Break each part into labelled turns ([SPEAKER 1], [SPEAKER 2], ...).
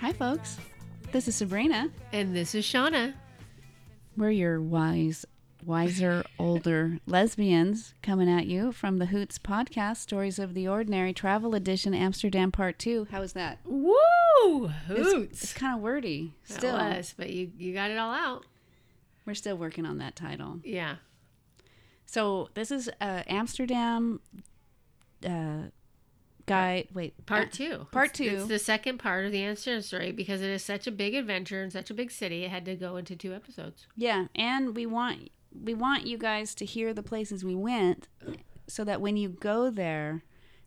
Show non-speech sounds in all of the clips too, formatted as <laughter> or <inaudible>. [SPEAKER 1] Hi, folks. This is Sabrina.
[SPEAKER 2] And this is Shauna.
[SPEAKER 1] We're your wise, wiser, older <laughs> lesbians coming at you from the Hoots podcast, Stories of the Ordinary, Travel Edition, Amsterdam Part 2. How was that?
[SPEAKER 2] Woo!
[SPEAKER 1] It's- It's,
[SPEAKER 2] Hoots.
[SPEAKER 1] kind of wordy.
[SPEAKER 2] Still
[SPEAKER 1] Still,
[SPEAKER 2] us, but you, you got it all out.
[SPEAKER 1] we're still working on that title.
[SPEAKER 2] Yeah.
[SPEAKER 1] So, this is uh, Amsterdam uh, guide. Wait.
[SPEAKER 2] Part
[SPEAKER 1] uh,
[SPEAKER 2] two.
[SPEAKER 1] part
[SPEAKER 2] It's- It's
[SPEAKER 1] two.
[SPEAKER 2] the second part of the Amsterdam story because it is such a big adventure and such a big city. It had to go into two episodes.
[SPEAKER 1] Yeah, and we want we want you guys to hear the places we went, so that when you go there,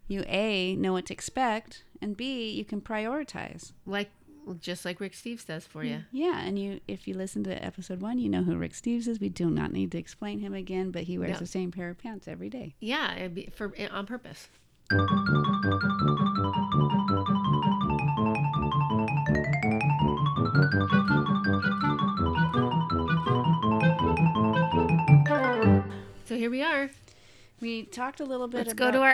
[SPEAKER 1] you a know what to expect, and b you can prioritize.
[SPEAKER 2] Like just like Rick Steves does for you.
[SPEAKER 1] Yeah, and you if you listen to episode one, you know who Rick Steves is. We do not need to explain him again, but he wears
[SPEAKER 2] No.
[SPEAKER 1] the same pair of pants every day.
[SPEAKER 2] Yeah, it'd be for on purpose. So here we are.
[SPEAKER 1] We talked a little bit.
[SPEAKER 2] Let's
[SPEAKER 1] about,
[SPEAKER 2] go to our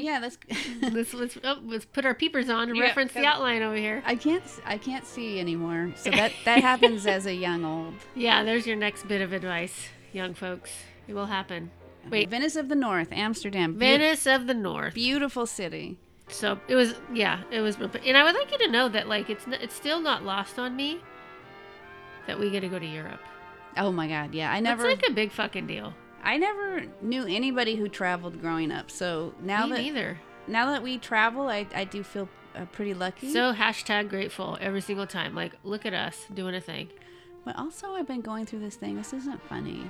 [SPEAKER 1] <laughs> yeah. Let's.
[SPEAKER 2] <laughs> Let's let's oh, let's put our peepers on and
[SPEAKER 1] Yeah,
[SPEAKER 2] reference the
[SPEAKER 1] go.
[SPEAKER 2] outline over here.
[SPEAKER 1] I can't s- I can't see anymore, so that that happens as a young old.
[SPEAKER 2] Yeah, there's your next bit of advice, young folks. It will happen. Wait.
[SPEAKER 1] Venice of the North, Amsterdam, beau-
[SPEAKER 2] Venice of the North.
[SPEAKER 1] beautiful city.
[SPEAKER 2] So it was, yeah, it was. real- And I would like you to know that, like, it's n- it's still not lost on me that we get to go to Europe.
[SPEAKER 1] Oh my God, yeah, I
[SPEAKER 2] That's
[SPEAKER 1] never.
[SPEAKER 2] like a big fucking deal.
[SPEAKER 1] I never knew anybody who traveled growing up. So now
[SPEAKER 2] me
[SPEAKER 1] that
[SPEAKER 2] neither.
[SPEAKER 1] now that we travel, I, I do feel uh, pretty lucky.
[SPEAKER 2] So hashtag grateful every single time. Like, look at us doing a thing. <laughs>
[SPEAKER 1] but also, I've been going through this thing. This isn't funny,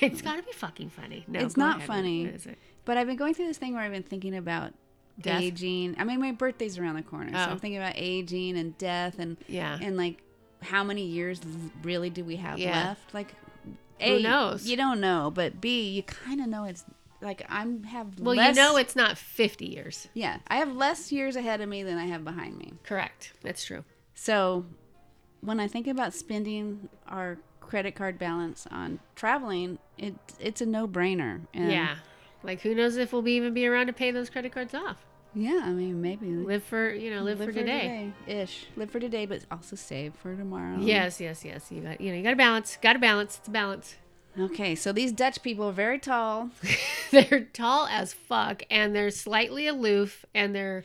[SPEAKER 2] it's got to be fucking funny. No,
[SPEAKER 1] It's
[SPEAKER 2] go
[SPEAKER 1] not
[SPEAKER 2] ahead.
[SPEAKER 1] funny.
[SPEAKER 2] What is it?
[SPEAKER 1] but I've been going through this thing where I've been thinking about
[SPEAKER 2] Death?
[SPEAKER 1] aging. I mean, my birthday's around the corner, so
[SPEAKER 2] Oh.
[SPEAKER 1] I'm thinking about aging and death and
[SPEAKER 2] Yeah.
[SPEAKER 1] and like how many years really do we have
[SPEAKER 2] Yeah.
[SPEAKER 1] left? Like, a
[SPEAKER 2] knows?
[SPEAKER 1] You don't know, but b you kind of know it's like I'm have
[SPEAKER 2] Well,
[SPEAKER 1] less,
[SPEAKER 2] you know, it's not 50 years.
[SPEAKER 1] yeah I have less years ahead of me than I have behind me.
[SPEAKER 2] Correct. That's true.
[SPEAKER 1] So, when I think about spending our credit card balance on traveling, it it's a no-brainer. And
[SPEAKER 2] yeah. Like, who knows if we'll be even be around to pay those credit cards off?
[SPEAKER 1] Yeah, I mean maybe
[SPEAKER 2] Live for you know, live, for, today.
[SPEAKER 1] ish. Live for today but also save for tomorrow.
[SPEAKER 2] Yes, yes, yes. You got you know you got to balance. Got to balance. It's a balance. <laughs>
[SPEAKER 1] Okay, so these Dutch people are very tall.
[SPEAKER 2] they're tall as fuck, and they're slightly aloof, and they're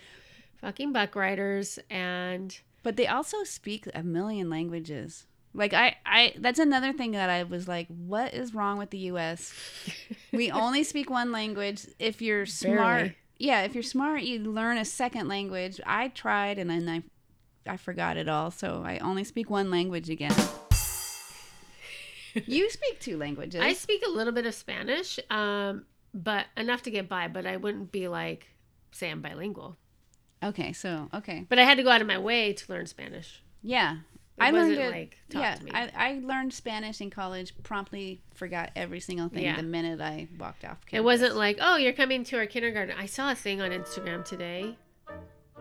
[SPEAKER 2] fucking buck riders, and
[SPEAKER 1] But they also speak a million languages. Like I, I that's another thing that I was like, what is wrong with the US? We only speak one language. If you're smart
[SPEAKER 2] Barely.
[SPEAKER 1] Yeah, if you're smart you learn a second language. I tried and then I I forgot it all, so I only speak one language again. you speak two languages.
[SPEAKER 2] I speak a little bit of Spanish, um, but enough to get by. But I wouldn't be like say I'm bilingual.
[SPEAKER 1] okay, so okay.
[SPEAKER 2] But I had to go out of my way to learn Spanish.
[SPEAKER 1] Yeah.
[SPEAKER 2] It
[SPEAKER 1] I learned
[SPEAKER 2] wasn't,
[SPEAKER 1] it.
[SPEAKER 2] like, taught
[SPEAKER 1] yeah,
[SPEAKER 2] to me.
[SPEAKER 1] I, I learned Spanish in college. Promptly forgot every single thing
[SPEAKER 2] Yeah.
[SPEAKER 1] the minute I walked off. Campus.
[SPEAKER 2] It wasn't like oh you're coming to our kindergarten. I saw a thing on Instagram today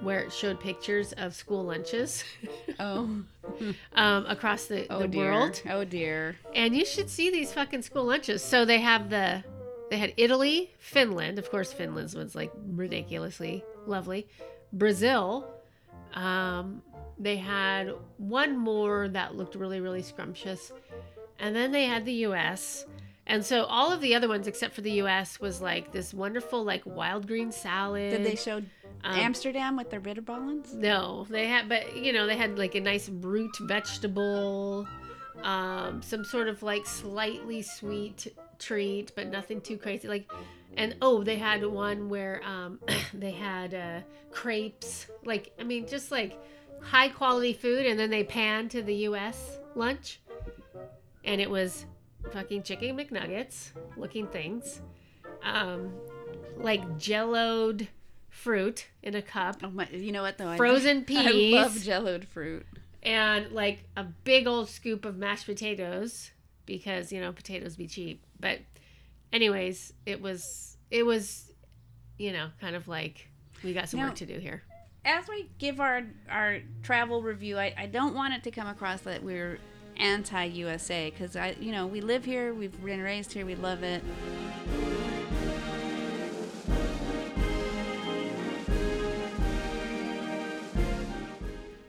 [SPEAKER 2] where it showed pictures of school lunches <laughs>
[SPEAKER 1] oh.
[SPEAKER 2] um, across the,
[SPEAKER 1] Oh
[SPEAKER 2] the
[SPEAKER 1] dear.
[SPEAKER 2] world.
[SPEAKER 1] Oh dear.
[SPEAKER 2] And you should see these fucking school lunches. So they have the they had Italy, Finland, of course Finland's was like ridiculously lovely. Brazil, um they had one more that looked really really scrumptious. And then they had the US. And so all of the other ones except for the US was like this wonderful like wild green salad.
[SPEAKER 1] Did they show
[SPEAKER 2] um,
[SPEAKER 1] Amsterdam with their bitterballens?
[SPEAKER 2] no, they had, but you know, they had like a nice root vegetable, um, some sort of like slightly sweet treat, but nothing too crazy. Like, and oh, they had one where um, <coughs> they had uh, crepes. Like, I mean, just like high quality food, and then they panned to the U.S. lunch, and it was fucking chicken McNuggets looking things, um, like jelloed fruit in a cup
[SPEAKER 1] Oh my! You know what though? I-
[SPEAKER 2] frozen peas
[SPEAKER 1] <laughs> I love jelloed fruit.
[SPEAKER 2] and like a big old scoop of mashed potatoes because you know potatoes be cheap but anyways it was it was you know kind of like we got some
[SPEAKER 1] Now-
[SPEAKER 2] work to do here
[SPEAKER 1] As we give our our travel review, I, I don't want it to come across that we're anti USA because I you know we live here, we've been raised here, we love it.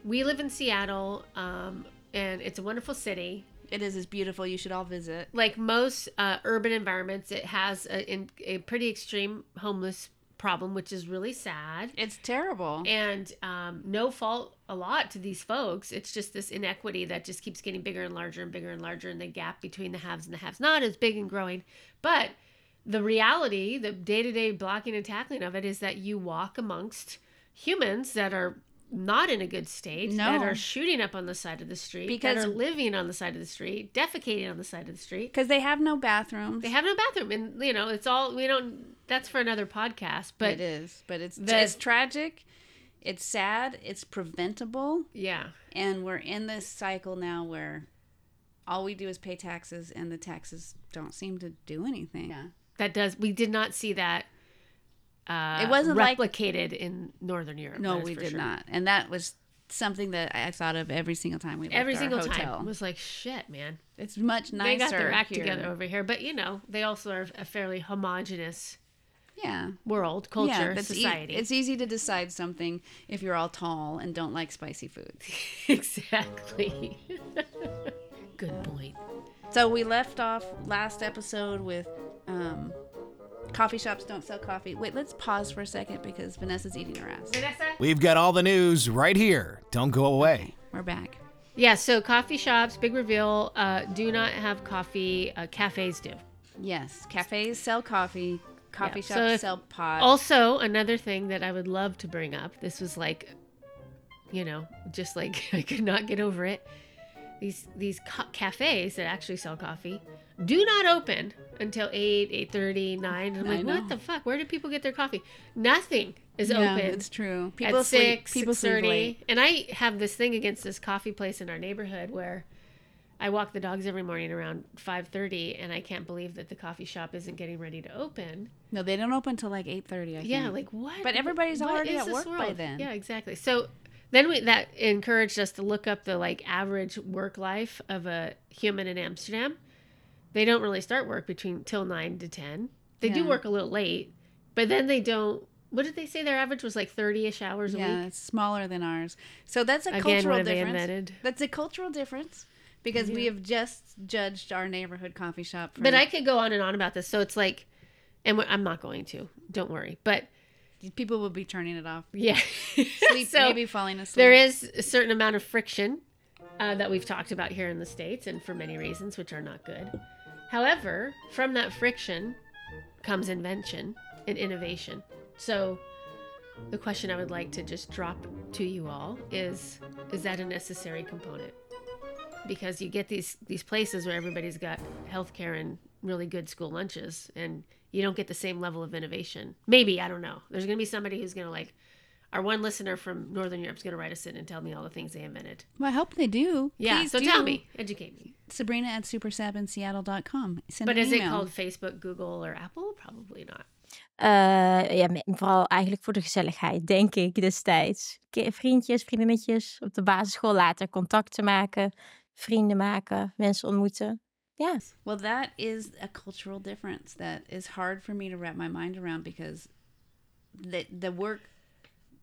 [SPEAKER 2] we live in Seattle, um, and it's a wonderful city.
[SPEAKER 1] It is. It's beautiful. You should all visit.
[SPEAKER 2] Like most uh, urban environments, it has a, in, a pretty extreme homeless problem, which is really sad.
[SPEAKER 1] It's terrible.
[SPEAKER 2] And um, no fault a lot to these folks. It's just this inequity that just keeps getting bigger and larger and bigger and larger, and the gap between the haves and the haves not is big and growing. But the reality, the day to day blocking and tackling of it, is that you walk amongst humans that are not in a good state,
[SPEAKER 1] No.
[SPEAKER 2] that are shooting up on the side of the street,
[SPEAKER 1] Because-
[SPEAKER 2] that are living on the side of the street, defecating on the side of the street.
[SPEAKER 1] Because they have no bathrooms.
[SPEAKER 2] They have no bathroom, and you know it's all we don't. That's for another podcast, but
[SPEAKER 1] it is. But it's
[SPEAKER 2] The-
[SPEAKER 1] it's tragic. It's sad. It's preventable.
[SPEAKER 2] yeah,
[SPEAKER 1] And we're in this cycle now where all we do is pay taxes, and the taxes don't seem to do anything. Yeah.
[SPEAKER 2] that does. We did not see that. Uh,
[SPEAKER 1] It wasn't like-
[SPEAKER 2] replicated in Northern Europe.
[SPEAKER 1] No,
[SPEAKER 2] that's
[SPEAKER 1] we
[SPEAKER 2] for
[SPEAKER 1] did
[SPEAKER 2] sure.
[SPEAKER 1] not. And that was something that I thought of every single time we left
[SPEAKER 2] Every
[SPEAKER 1] our
[SPEAKER 2] single
[SPEAKER 1] hotel.
[SPEAKER 2] time was like shit, man.
[SPEAKER 1] It's much nicer.
[SPEAKER 2] they got their act
[SPEAKER 1] here.
[SPEAKER 2] together over here, but you know they also are a fairly homogenous
[SPEAKER 1] Yeah.
[SPEAKER 2] world, culture,
[SPEAKER 1] that's e-
[SPEAKER 2] society.
[SPEAKER 1] it's easy to decide something if you're all tall and don't like spicy food.
[SPEAKER 2] <laughs> exactly. <laughs> Good point.
[SPEAKER 1] So we left off last episode with um, coffee shops don't sell coffee. Wait, let's pause for a second because Vanessa's eating her ass.
[SPEAKER 2] Vanessa.
[SPEAKER 3] We've got all the news right here. Don't go away.
[SPEAKER 1] We're back.
[SPEAKER 2] Yeah, so coffee shops, big reveal, uh, do not have coffee. Uh, cafes do.
[SPEAKER 1] Yes, cafes sell coffee. Coffee
[SPEAKER 2] Yeah,
[SPEAKER 1] shops
[SPEAKER 2] so if-
[SPEAKER 1] sell pot.
[SPEAKER 2] Also, another thing that I would love to bring up this was like, you know, just like <laughs> I could not get over it. These these ca- cafes that actually sell coffee do not open until 8, 8.30, 9. I'm
[SPEAKER 1] I
[SPEAKER 2] like,
[SPEAKER 1] know.
[SPEAKER 2] what the fuck? Where do people get their coffee? Nothing is
[SPEAKER 1] yeah,
[SPEAKER 2] open.
[SPEAKER 1] It's true.
[SPEAKER 2] People
[SPEAKER 1] People
[SPEAKER 2] at
[SPEAKER 1] sleep.
[SPEAKER 2] six,
[SPEAKER 1] people sleep
[SPEAKER 2] 6:30.
[SPEAKER 1] late.
[SPEAKER 2] And I have this thing against this coffee place in our neighborhood where I walk the dogs every morning around five thirty, and I can't believe that the coffee shop isn't getting ready to open.
[SPEAKER 1] No, they don't open till like eight thirty. I think.
[SPEAKER 2] Yeah, like what?
[SPEAKER 1] But everybody's
[SPEAKER 2] what
[SPEAKER 1] already
[SPEAKER 2] is
[SPEAKER 1] at
[SPEAKER 2] this
[SPEAKER 1] work by then.
[SPEAKER 2] Yeah, exactly. So then we that encouraged us to look up the like average work life of a human in Amsterdam. They don't really start work between till nine to ten. They do
[SPEAKER 1] Yeah.
[SPEAKER 2] work a little late, but then they don't. What did they say? Their average was like thirty-ish hours a week.
[SPEAKER 1] yeah, it's smaller than ours. So that's a
[SPEAKER 2] Again, what
[SPEAKER 1] cultural
[SPEAKER 2] have they
[SPEAKER 1] difference.
[SPEAKER 2] invented?
[SPEAKER 1] That's a cultural difference because we have just judged our neighborhood coffee shop. For
[SPEAKER 2] But I could go on and on about this. So it's like, and we're- I'm not going to. Don't worry. But
[SPEAKER 1] people would be turning it
[SPEAKER 2] <laughs>
[SPEAKER 1] off.
[SPEAKER 2] yeah,
[SPEAKER 1] Sleep,
[SPEAKER 2] so
[SPEAKER 1] maybe falling asleep.
[SPEAKER 2] there is a certain amount of friction uh, that we've talked about here in the states, and for many reasons, which are not good. However, from that friction comes invention and innovation. So the question I would like to just drop to you all is: Is that a necessary component? because you get these these places where everybody's got healthcare and really good school lunches and you don't get the same level of innovation maybe i don't know there's going to be somebody who's going to like our one listener from northern europe's going to write us in and tell me all the things they invented
[SPEAKER 1] Well, I hope they do.
[SPEAKER 2] yeah
[SPEAKER 1] Please
[SPEAKER 2] so
[SPEAKER 1] do.
[SPEAKER 2] tell me educate me
[SPEAKER 1] Sabrina at supersabinseattle.com. Send
[SPEAKER 2] but
[SPEAKER 1] an
[SPEAKER 2] is it
[SPEAKER 1] email.
[SPEAKER 2] called facebook google or apple probably not
[SPEAKER 4] Eh, ja, me- vooral eigenlijk voor de gezelligheid, denk ik destijds. Ki- Vriendjes, vriendinnetjes op de basisschool later contacten maken, vrienden maken, mensen ontmoeten. Ja,
[SPEAKER 1] Well, that is a cultural difference that is hard for me to wrap my mind around because the the work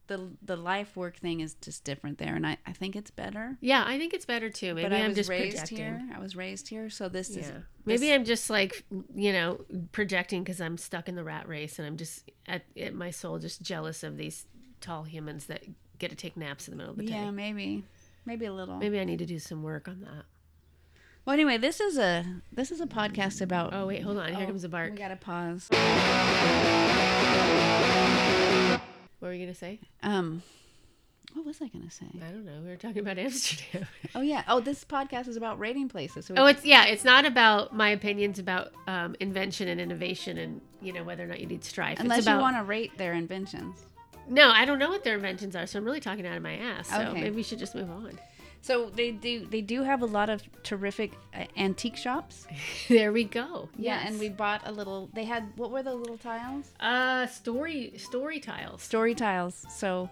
[SPEAKER 1] the the life work thing is just different there and I, I think it's better.
[SPEAKER 2] yeah i think it's better too maybe
[SPEAKER 1] but I
[SPEAKER 2] i'm
[SPEAKER 1] was
[SPEAKER 2] just
[SPEAKER 1] raised
[SPEAKER 2] projecting
[SPEAKER 1] here. I was raised here, so this is
[SPEAKER 2] Yeah.
[SPEAKER 1] this-
[SPEAKER 2] Maybe I'm just like, you know, projecting because I'm stuck in the rat race and I'm just at, at my soul just jealous of these tall humans that get to take naps in the middle of the
[SPEAKER 1] Yeah,
[SPEAKER 2] day.
[SPEAKER 1] maybe. Maybe a little.
[SPEAKER 2] Maybe I need to do some work on that.
[SPEAKER 1] Well, anyway, this is a this is a podcast about
[SPEAKER 2] Oh, wait, hold on. Here
[SPEAKER 1] Oh,
[SPEAKER 2] comes a bark.
[SPEAKER 1] We got to pause.
[SPEAKER 2] What were you going to say?
[SPEAKER 1] Um what was I going to say?
[SPEAKER 2] I don't know. We were talking about <laughs> Amsterdam.
[SPEAKER 1] Oh yeah. Oh, this podcast is about rating places. So we
[SPEAKER 2] oh, it's, yeah, it's not about my opinions about um, invention and innovation and, you know, whether or not you need strife.
[SPEAKER 1] Unless
[SPEAKER 2] it's about,
[SPEAKER 1] you want to rate their inventions.
[SPEAKER 2] No, I don't know what their inventions are, so I'm really talking out of my ass. So
[SPEAKER 1] Okay.
[SPEAKER 2] maybe we should just move on. <laughs>
[SPEAKER 1] So they do they do have a lot of terrific uh, antique shops.
[SPEAKER 2] there we go.
[SPEAKER 1] Yeah, and
[SPEAKER 2] Yes.
[SPEAKER 1] we bought a little. They had what were the little tiles?
[SPEAKER 2] Uh, story story tiles.
[SPEAKER 1] Story tiles. So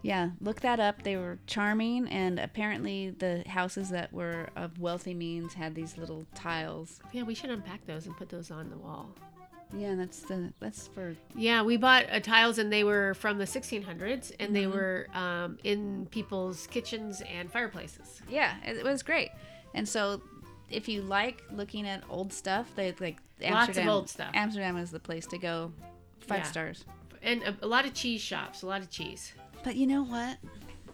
[SPEAKER 1] yeah, look that up. They were charming, and apparently the houses that were of wealthy means had these little tiles.
[SPEAKER 2] Yeah, we should unpack those and put those on the wall.
[SPEAKER 1] Yeah, that's the that's for
[SPEAKER 2] Yeah, we bought uh, tiles and they were from the 1600s and they
[SPEAKER 1] Mhm.
[SPEAKER 2] were um, in people's kitchens and fireplaces.
[SPEAKER 1] yeah. It, it was great, and so if you like looking at old stuff, they like Amsterdam,
[SPEAKER 2] Lots of old stuff.
[SPEAKER 1] Amsterdam is the place to go. Five
[SPEAKER 2] Yeah.
[SPEAKER 1] stars.
[SPEAKER 2] And a, a lot of cheese shops, a lot of cheese. <laughs>
[SPEAKER 1] But you know what?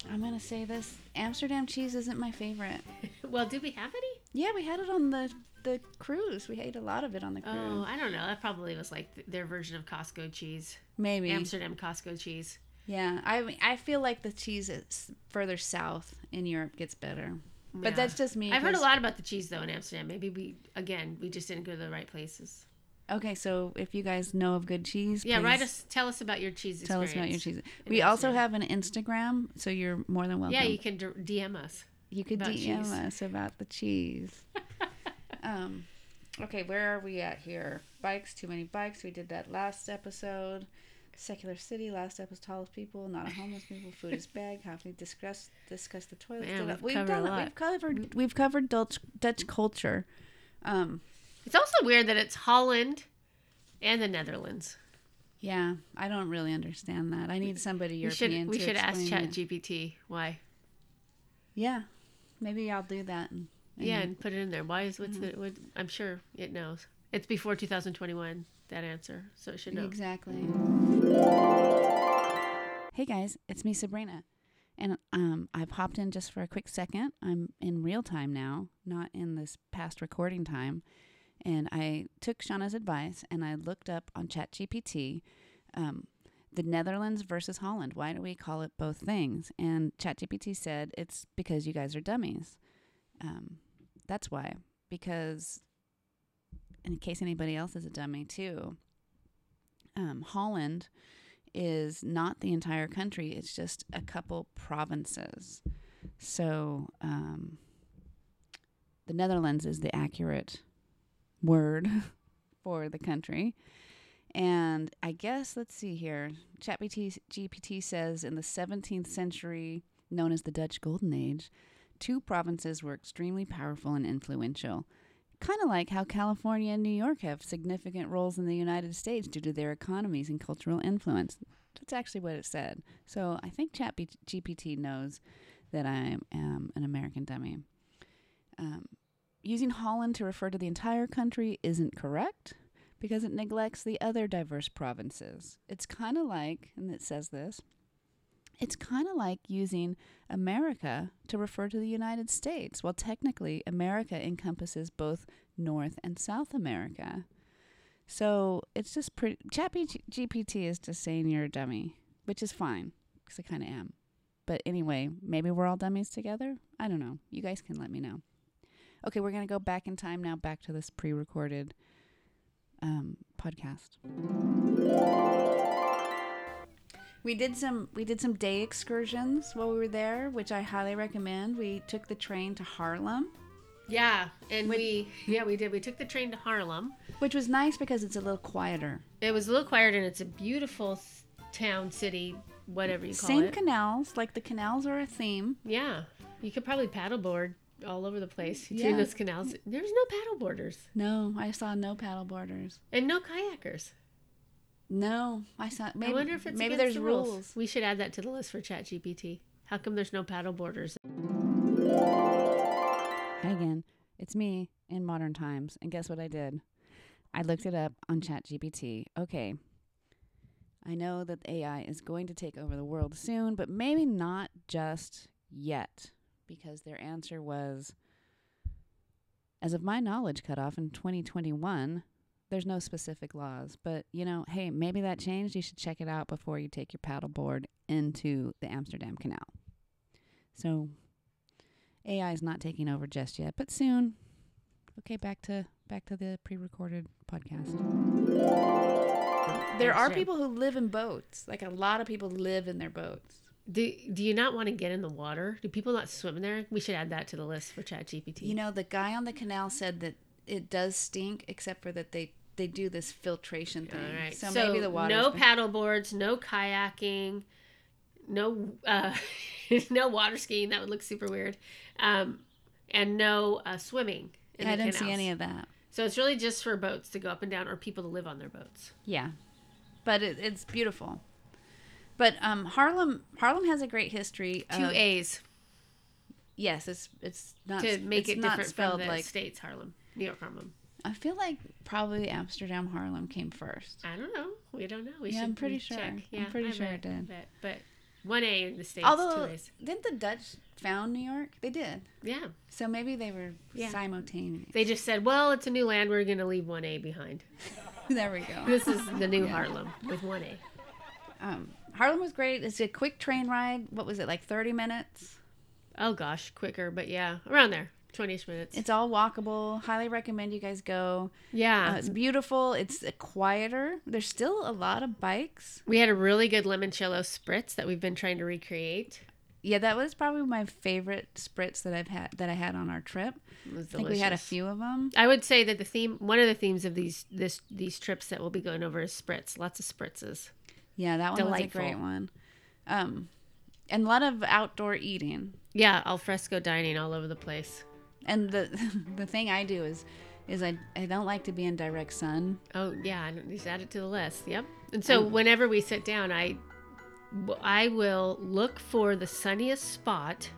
[SPEAKER 1] I'm gonna say this: Amsterdam cheese isn't my favorite.
[SPEAKER 2] Well, did we have any?
[SPEAKER 1] Yeah, we had it on the the cruise. We ate a lot of it on the cruise.
[SPEAKER 2] Oh, I don't know. That probably was like th- their version of Costco cheese,
[SPEAKER 1] Maybe.
[SPEAKER 2] Amsterdam Costco cheese.
[SPEAKER 1] Yeah, I mean, I feel like the cheese is further south in Europe gets better, but
[SPEAKER 2] Yeah.
[SPEAKER 1] that's just me.
[SPEAKER 2] I've heard a
[SPEAKER 1] 'cause-
[SPEAKER 2] lot about the cheese though in Amsterdam. Maybe we again we just didn't go to the right places.
[SPEAKER 1] Okay, so if you guys know of good cheese,
[SPEAKER 2] Yeah, write
[SPEAKER 1] please
[SPEAKER 2] us. Tell us about your cheese.
[SPEAKER 1] Tell us about your
[SPEAKER 2] experience.
[SPEAKER 1] cheese.
[SPEAKER 2] in
[SPEAKER 1] We also
[SPEAKER 2] Amsterdam.
[SPEAKER 1] have an Instagram, so you're more than welcome.
[SPEAKER 2] Yeah, you can d- DM us.
[SPEAKER 1] You could
[SPEAKER 2] About
[SPEAKER 1] DM
[SPEAKER 2] cheese.
[SPEAKER 1] us about the
[SPEAKER 2] <laughs>
[SPEAKER 1] cheese. um, okay, where are we at here? Bikes, too many bikes. We did that last episode. Secular city. Last episode, tallest people, not a homeless people. Food is bag. How can we discuss discuss the toilet?
[SPEAKER 2] Man, we've covered a
[SPEAKER 1] done it.
[SPEAKER 2] lot.
[SPEAKER 1] We've covered we've covered Dutch Dutch culture. Um,
[SPEAKER 2] It's also weird that it's Holland and the Netherlands.
[SPEAKER 1] yeah, I don't really understand that. I need somebody
[SPEAKER 2] We
[SPEAKER 1] European.
[SPEAKER 2] should we
[SPEAKER 1] to
[SPEAKER 2] should ask
[SPEAKER 1] explain it.
[SPEAKER 2] ChatGPT why.
[SPEAKER 1] Yeah, maybe I'll do that. and- and
[SPEAKER 2] Yeah, and put it in there. Why is what's
[SPEAKER 1] Mm-hmm.
[SPEAKER 2] the? What, I'm sure it knows. It's before 2021 that answer, so it should know.
[SPEAKER 1] Exactly. Hey guys, it's me Sabrina. And um, I popped in just for a quick second. I'm in real time now, not in this past recording time. And I took Shauna's advice and I looked up on ChatGPT um, the Netherlands versus Holland. Why do we call it both things? And ChatGPT said it's because you guys are dummies. Um, that's why. Because, in case anybody else is a dummy too, um, Holland is not the entire country, it's just a couple provinces. So um, the Netherlands is the accurate word <laughs> for the country. And I guess, let's see here. ChatGPT GPT says in the 17th century, known as the Dutch Golden Age, two provinces were extremely powerful and influential kind of like how California and New York have significant roles in the United States due to their economies and cultural influence. That's actually what it said. So I think ChatGPT knows that I am an American dummy. Um, using Holland to refer to the entire country isn't correct because it neglects the other diverse provinces. It's kind of like, and it says this, it's kind of like using America to refer to the United States. Well, technically, America encompasses both North and South America. So it's just pretty. GPT is just saying you're a dummy, which is fine because I kind of am. But anyway, maybe we're all dummies together. I don't know. You guys can let me know. Okay, we're gonna go back in time now, back to this pre-recorded um, podcast. We did some we did some day excursions while we were there, which I highly recommend. We took the train to Harlem,
[SPEAKER 2] Yeah, and we yeah we did. We took the train to Harlem.
[SPEAKER 1] which was nice because it's a little quieter.
[SPEAKER 2] It was a little quieter, and it's a beautiful s- town, city, whatever you call
[SPEAKER 1] Same
[SPEAKER 2] it.
[SPEAKER 1] canals, like the canals are a theme.
[SPEAKER 2] yeah, you could probably paddleboard all over the place through
[SPEAKER 1] Yeah.
[SPEAKER 2] those canals. There's no paddleboarders
[SPEAKER 1] No, I saw no paddleboarders.
[SPEAKER 2] and no kayakers.
[SPEAKER 1] No, I saw maybe
[SPEAKER 2] I wonder if it's
[SPEAKER 1] maybe
[SPEAKER 2] against
[SPEAKER 1] there's
[SPEAKER 2] the rules.
[SPEAKER 1] rules.
[SPEAKER 2] We should add that to the list for ChatGPT. How come there's no paddleboarders?
[SPEAKER 1] Hi again. It's me in modern times. And guess what I did? I looked it up on ChatGPT. Okay. I know that AI is going to take over the world soon, but maybe not just yet, because their answer was as of my knowledge cutoff in 2021, there's no specific laws. But, you know, hey, maybe that changed. You should check it out before you take your paddleboard into the Amsterdam Canal. So AI is not taking over just yet, but soon. Okay, back to back to the pre-recorded podcast. There are
[SPEAKER 2] Amsterdam.
[SPEAKER 1] people who live in boats. Like a lot of people live in their boats.
[SPEAKER 2] Do, do you not want to get in the water? Do people not swim in there? We should add that to the list for ChatGPT.
[SPEAKER 1] You know, the guy on the
[SPEAKER 2] Mm-hmm.
[SPEAKER 1] canal said that it does stink, except for that they they do this filtration thing.
[SPEAKER 2] All right.
[SPEAKER 1] So, maybe the water.
[SPEAKER 2] No paddle boards, no kayaking, no uh, <laughs> no water skiing. That would look super weird. Um, and no uh, swimming. in
[SPEAKER 1] I
[SPEAKER 2] the
[SPEAKER 1] didn't see
[SPEAKER 2] canals.
[SPEAKER 1] any of that.
[SPEAKER 2] So it's really just for boats to go up and down or people to live on their boats.
[SPEAKER 1] Yeah, but it, it's beautiful. But um, Harlem Harlem has a great history.
[SPEAKER 2] Two
[SPEAKER 1] of-
[SPEAKER 2] A's
[SPEAKER 1] Yes, it's it's Oh, not
[SPEAKER 2] to make
[SPEAKER 1] it's
[SPEAKER 2] it
[SPEAKER 1] not
[SPEAKER 2] different
[SPEAKER 1] spelled
[SPEAKER 2] from the
[SPEAKER 1] like
[SPEAKER 2] states Harlem, New York Harlem.
[SPEAKER 1] I feel like probably Amsterdam Harlem came first.
[SPEAKER 2] I don't know. We don't know. We
[SPEAKER 1] Yeah,
[SPEAKER 2] should
[SPEAKER 1] I'm pretty
[SPEAKER 2] we
[SPEAKER 1] sure.
[SPEAKER 2] check.
[SPEAKER 1] I'm
[SPEAKER 2] Yeah,
[SPEAKER 1] pretty
[SPEAKER 2] I
[SPEAKER 1] sure
[SPEAKER 2] bet,
[SPEAKER 1] it did.
[SPEAKER 2] I bet. But one A in the states, two
[SPEAKER 1] Although
[SPEAKER 2] A's.
[SPEAKER 1] didn't the Dutch found New York? They did.
[SPEAKER 2] Yeah,
[SPEAKER 1] So maybe they were
[SPEAKER 2] Yeah.
[SPEAKER 1] simultaneous. <laughs>
[SPEAKER 2] they just said, "Well, it's a new land. We're going to leave one A behind.
[SPEAKER 1] there we go.
[SPEAKER 2] This is the new Harlem with one A."
[SPEAKER 1] Um, Harlem was great. It's a quick train ride. What was it like? Thirty minutes.
[SPEAKER 2] Oh gosh, quicker, but yeah, around there, twenty-ish minutes.
[SPEAKER 1] It's all walkable. Highly recommend you guys go. Uh,
[SPEAKER 2] yeah,
[SPEAKER 1] it's beautiful. It's uh, quieter. There's still a lot of bikes.
[SPEAKER 2] we had a really good limoncello spritz that we've been trying to recreate.
[SPEAKER 1] Yeah, that was probably my favorite spritz that I've had that I had on our trip.
[SPEAKER 2] It was
[SPEAKER 1] I think we had a
[SPEAKER 2] delicious.
[SPEAKER 1] few of them.
[SPEAKER 2] I would say that the theme, one of the themes of these this these trips that we'll be going over is spritz. Lots of spritzes.
[SPEAKER 1] Yeah, that one
[SPEAKER 2] Delightful.
[SPEAKER 1] was a great one. Um, and a lot of outdoor eating.
[SPEAKER 2] Yeah, al fresco dining all over the place.
[SPEAKER 1] And the <laughs> the thing I do is is I, I don't like to be in direct sun.
[SPEAKER 2] Oh yeah, I don't- just add it to the list. Yep. And so whenever we sit down, I w- I will look for the sunniest spot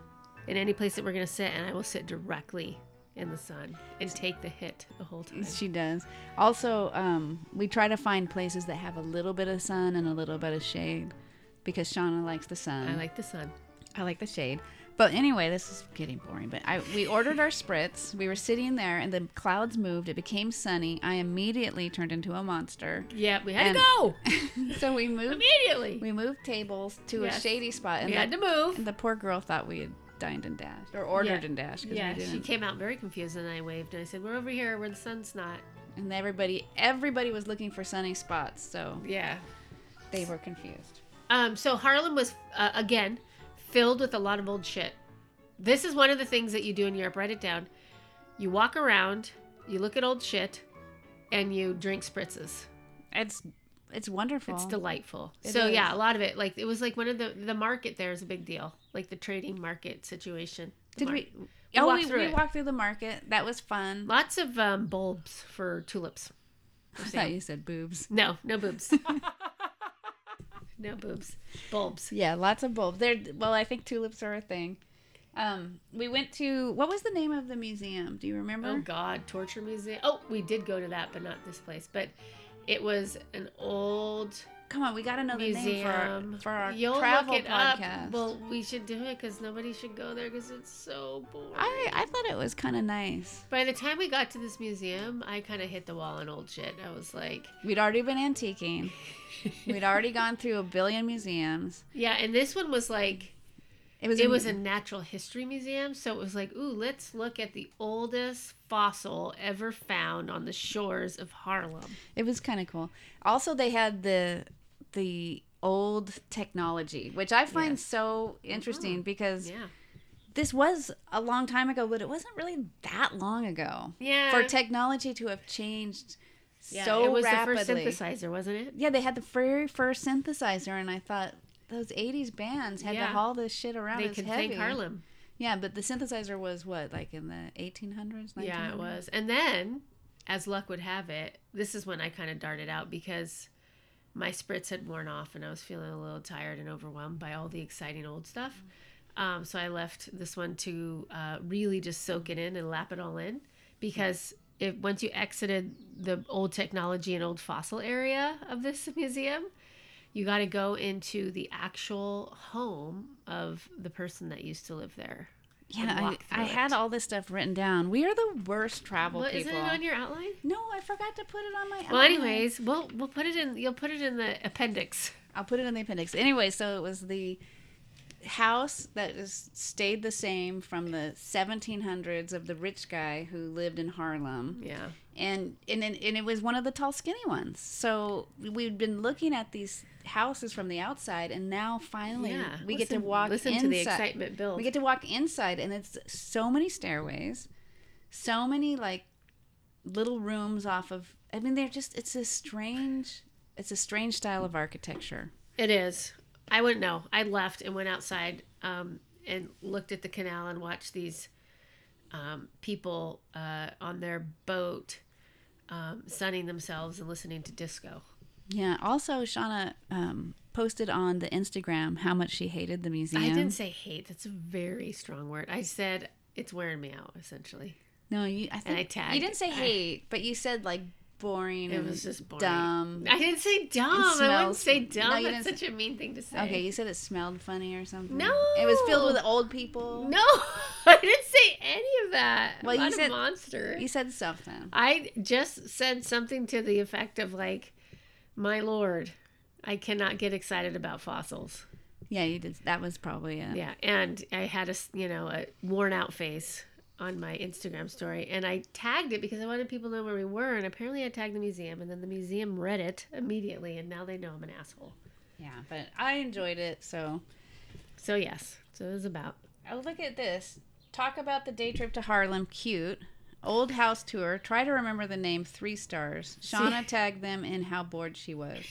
[SPEAKER 2] in any place that we're gonna sit, and I will sit directly in the sun and take the hit the whole time.
[SPEAKER 1] She does. Also, um, we try to find places that have a little bit of sun and a little bit of shade because Shauna likes the sun.
[SPEAKER 2] I like the sun.
[SPEAKER 1] I like the shade. But anyway, this is getting boring. But I we ordered our spritz. We were sitting there, and the clouds moved. It became sunny. I immediately turned into a
[SPEAKER 2] <laughs>
[SPEAKER 1] monster.
[SPEAKER 2] Yeah, we had
[SPEAKER 1] And-
[SPEAKER 2] to go
[SPEAKER 1] So <laughs> we moved.
[SPEAKER 2] immediately.
[SPEAKER 1] We moved tables to a
[SPEAKER 2] Yes.
[SPEAKER 1] shady spot, and
[SPEAKER 2] We had
[SPEAKER 1] the,
[SPEAKER 2] to move.
[SPEAKER 1] and the poor girl thought we had dined and dashed or ordered
[SPEAKER 2] Yeah.
[SPEAKER 1] and dashed because
[SPEAKER 2] Yeah,
[SPEAKER 1] we
[SPEAKER 2] she
[SPEAKER 1] didn't.
[SPEAKER 2] came out very confused, and I waved and I said, "We're over here where the sun's not."
[SPEAKER 1] And everybody, everybody was looking for sunny spots, so
[SPEAKER 2] Yeah.
[SPEAKER 1] they were confused.
[SPEAKER 2] Um, so Harlem was uh, again filled with a lot of old shit. This is one of the things that you do in Europe. Write it down. You walk around, you look at old shit, and you drink spritzes.
[SPEAKER 1] It's it's wonderful.
[SPEAKER 2] It's delightful.
[SPEAKER 1] It
[SPEAKER 2] so yeah,
[SPEAKER 1] is.
[SPEAKER 2] a lot of it. Like it was like one of the the market there is a big deal. Like the trading market situation. The
[SPEAKER 1] Did
[SPEAKER 2] mar-
[SPEAKER 1] we? Oh,
[SPEAKER 2] walked
[SPEAKER 1] we,
[SPEAKER 2] through
[SPEAKER 1] we
[SPEAKER 2] it.
[SPEAKER 1] walked through the market. That was fun.
[SPEAKER 2] Lots of um, bulbs for tulips.
[SPEAKER 1] I thought you said boobs.
[SPEAKER 2] No,
[SPEAKER 1] <laughs>
[SPEAKER 2] no boobs. no boobs. Bulbs.
[SPEAKER 1] Yeah, lots of bulbs. There, well, I think tulips are a thing. Um, we went to what was the name of the museum? Do you remember?
[SPEAKER 2] Oh God, torture museum. Oh, we did go to that, but not this place. But it was an old
[SPEAKER 1] Come on, we got to know the name for
[SPEAKER 2] museum.
[SPEAKER 1] our, for our
[SPEAKER 2] You'll
[SPEAKER 1] travel
[SPEAKER 2] look it
[SPEAKER 1] podcast.
[SPEAKER 2] up. Well, we should do it because nobody should go there because it's so boring.
[SPEAKER 1] I I thought it was kind of nice.
[SPEAKER 2] By the time we got to this museum, I kind of hit the wall on old shit. I was like,
[SPEAKER 1] We'd already been <laughs> antiquing. We'd already gone through a billion museums.
[SPEAKER 2] yeah. And this one was like,
[SPEAKER 1] It was
[SPEAKER 2] it was a natural history museum, so it was like, ooh, let's look at the oldest fossil ever found on the shores of Harlem.
[SPEAKER 1] it was kind of cool. Also, they had the the old technology, which I find so interesting because
[SPEAKER 2] Mm-hmm. Yeah.
[SPEAKER 1] this was a long time ago, but it wasn't really that long ago.
[SPEAKER 2] Yeah.
[SPEAKER 1] For technology to have changed
[SPEAKER 2] Yeah,
[SPEAKER 1] so
[SPEAKER 2] it was
[SPEAKER 1] rapidly.
[SPEAKER 2] the first synthesizer, wasn't it?
[SPEAKER 1] Yeah, they had the very first synthesizer, and I thought those '80s bands had to
[SPEAKER 2] Yeah.
[SPEAKER 1] haul this shit around.
[SPEAKER 2] They
[SPEAKER 1] It's
[SPEAKER 2] can
[SPEAKER 1] heavy.
[SPEAKER 2] thank Harlem.
[SPEAKER 1] Yeah, but the synthesizer was what, like in the 1800s? 1900s?
[SPEAKER 2] Yeah, it was. And then, as luck would have it, this is when I kind of darted out because my spritz had worn off and I was feeling a little tired and overwhelmed by all the exciting old stuff. Um, so I left this one to uh, really just soak it in and lap it all in because if once you exited the old technology and old fossil area of this <laughs> museum, you got to go into the actual home of the person that used to live there. and
[SPEAKER 1] Yeah,
[SPEAKER 2] walk
[SPEAKER 1] I, I
[SPEAKER 2] through
[SPEAKER 1] had
[SPEAKER 2] it.
[SPEAKER 1] all this stuff written down. We are the worst travel
[SPEAKER 2] Well,
[SPEAKER 1] people.
[SPEAKER 2] isn't it on your outline?
[SPEAKER 1] no, I forgot to put it on my.
[SPEAKER 2] Well,
[SPEAKER 1] outline.
[SPEAKER 2] anyways, we'll we'll put it in. You'll put it in the appendix.
[SPEAKER 1] I'll put it in the appendix. Anyway, so it was the house that is stayed the same from the 1700s of the rich guy who lived in Harlem.
[SPEAKER 2] Yeah.
[SPEAKER 1] And and then- and it was one of the tall skinny ones. So we've been looking at these houses from the outside and now finally
[SPEAKER 2] Yeah.
[SPEAKER 1] we get to walk
[SPEAKER 2] Listen
[SPEAKER 1] inside.
[SPEAKER 2] to the excitement build.
[SPEAKER 1] We get to walk inside and it's so many stairways, so many like little rooms off of I mean they're just it's a strange it's a strange style of architecture.
[SPEAKER 2] it is. I wouldn't know. I left and went outside um, and looked at the canal and watched these um, people uh, on their boat um, sunning themselves and listening to disco.
[SPEAKER 1] Yeah. Also, Shauna um, posted on the Instagram how much she hated the museum.
[SPEAKER 2] I didn't say hate. That's a very strong word. I said it's wearing me out, essentially.
[SPEAKER 1] No, you. I think
[SPEAKER 2] I tagged-
[SPEAKER 1] you didn't say
[SPEAKER 2] I-
[SPEAKER 1] hate, but you said like boring.
[SPEAKER 2] It
[SPEAKER 1] and
[SPEAKER 2] was just boring.
[SPEAKER 1] Mm, dumb.
[SPEAKER 2] I didn't say dumb. I wouldn't
[SPEAKER 1] smells-
[SPEAKER 2] say
[SPEAKER 1] No,
[SPEAKER 2] dumb.
[SPEAKER 1] you
[SPEAKER 2] That's
[SPEAKER 1] didn't
[SPEAKER 2] such a mean thing to say.
[SPEAKER 1] Okay, you said it smelled funny or something.
[SPEAKER 2] No.
[SPEAKER 1] it was filled with old people.
[SPEAKER 2] No, <laughs> I didn't say any of that.
[SPEAKER 1] Well, you
[SPEAKER 2] what a
[SPEAKER 1] said-
[SPEAKER 2] monster.
[SPEAKER 1] you said something.
[SPEAKER 2] I just said something to the effect of like, "My lord, I cannot get excited about fossils."
[SPEAKER 1] Yeah, you did. That was probably it.
[SPEAKER 2] Yeah, and I had a s- you know a worn out face on my Instagram story, and I tagged it because I wanted people to know where we were, and apparently I tagged the museum, and then the museum read it immediately, and now they know I'm an asshole.
[SPEAKER 1] Yeah, but I enjoyed it. So,
[SPEAKER 2] So yes, so it was about
[SPEAKER 1] oh, look at this. Talk about the day trip to Harlem. Cute. Old house tour. Try to remember the name. Three stars. Shauna tagged them in how bored she
[SPEAKER 2] <laughs>
[SPEAKER 1] was.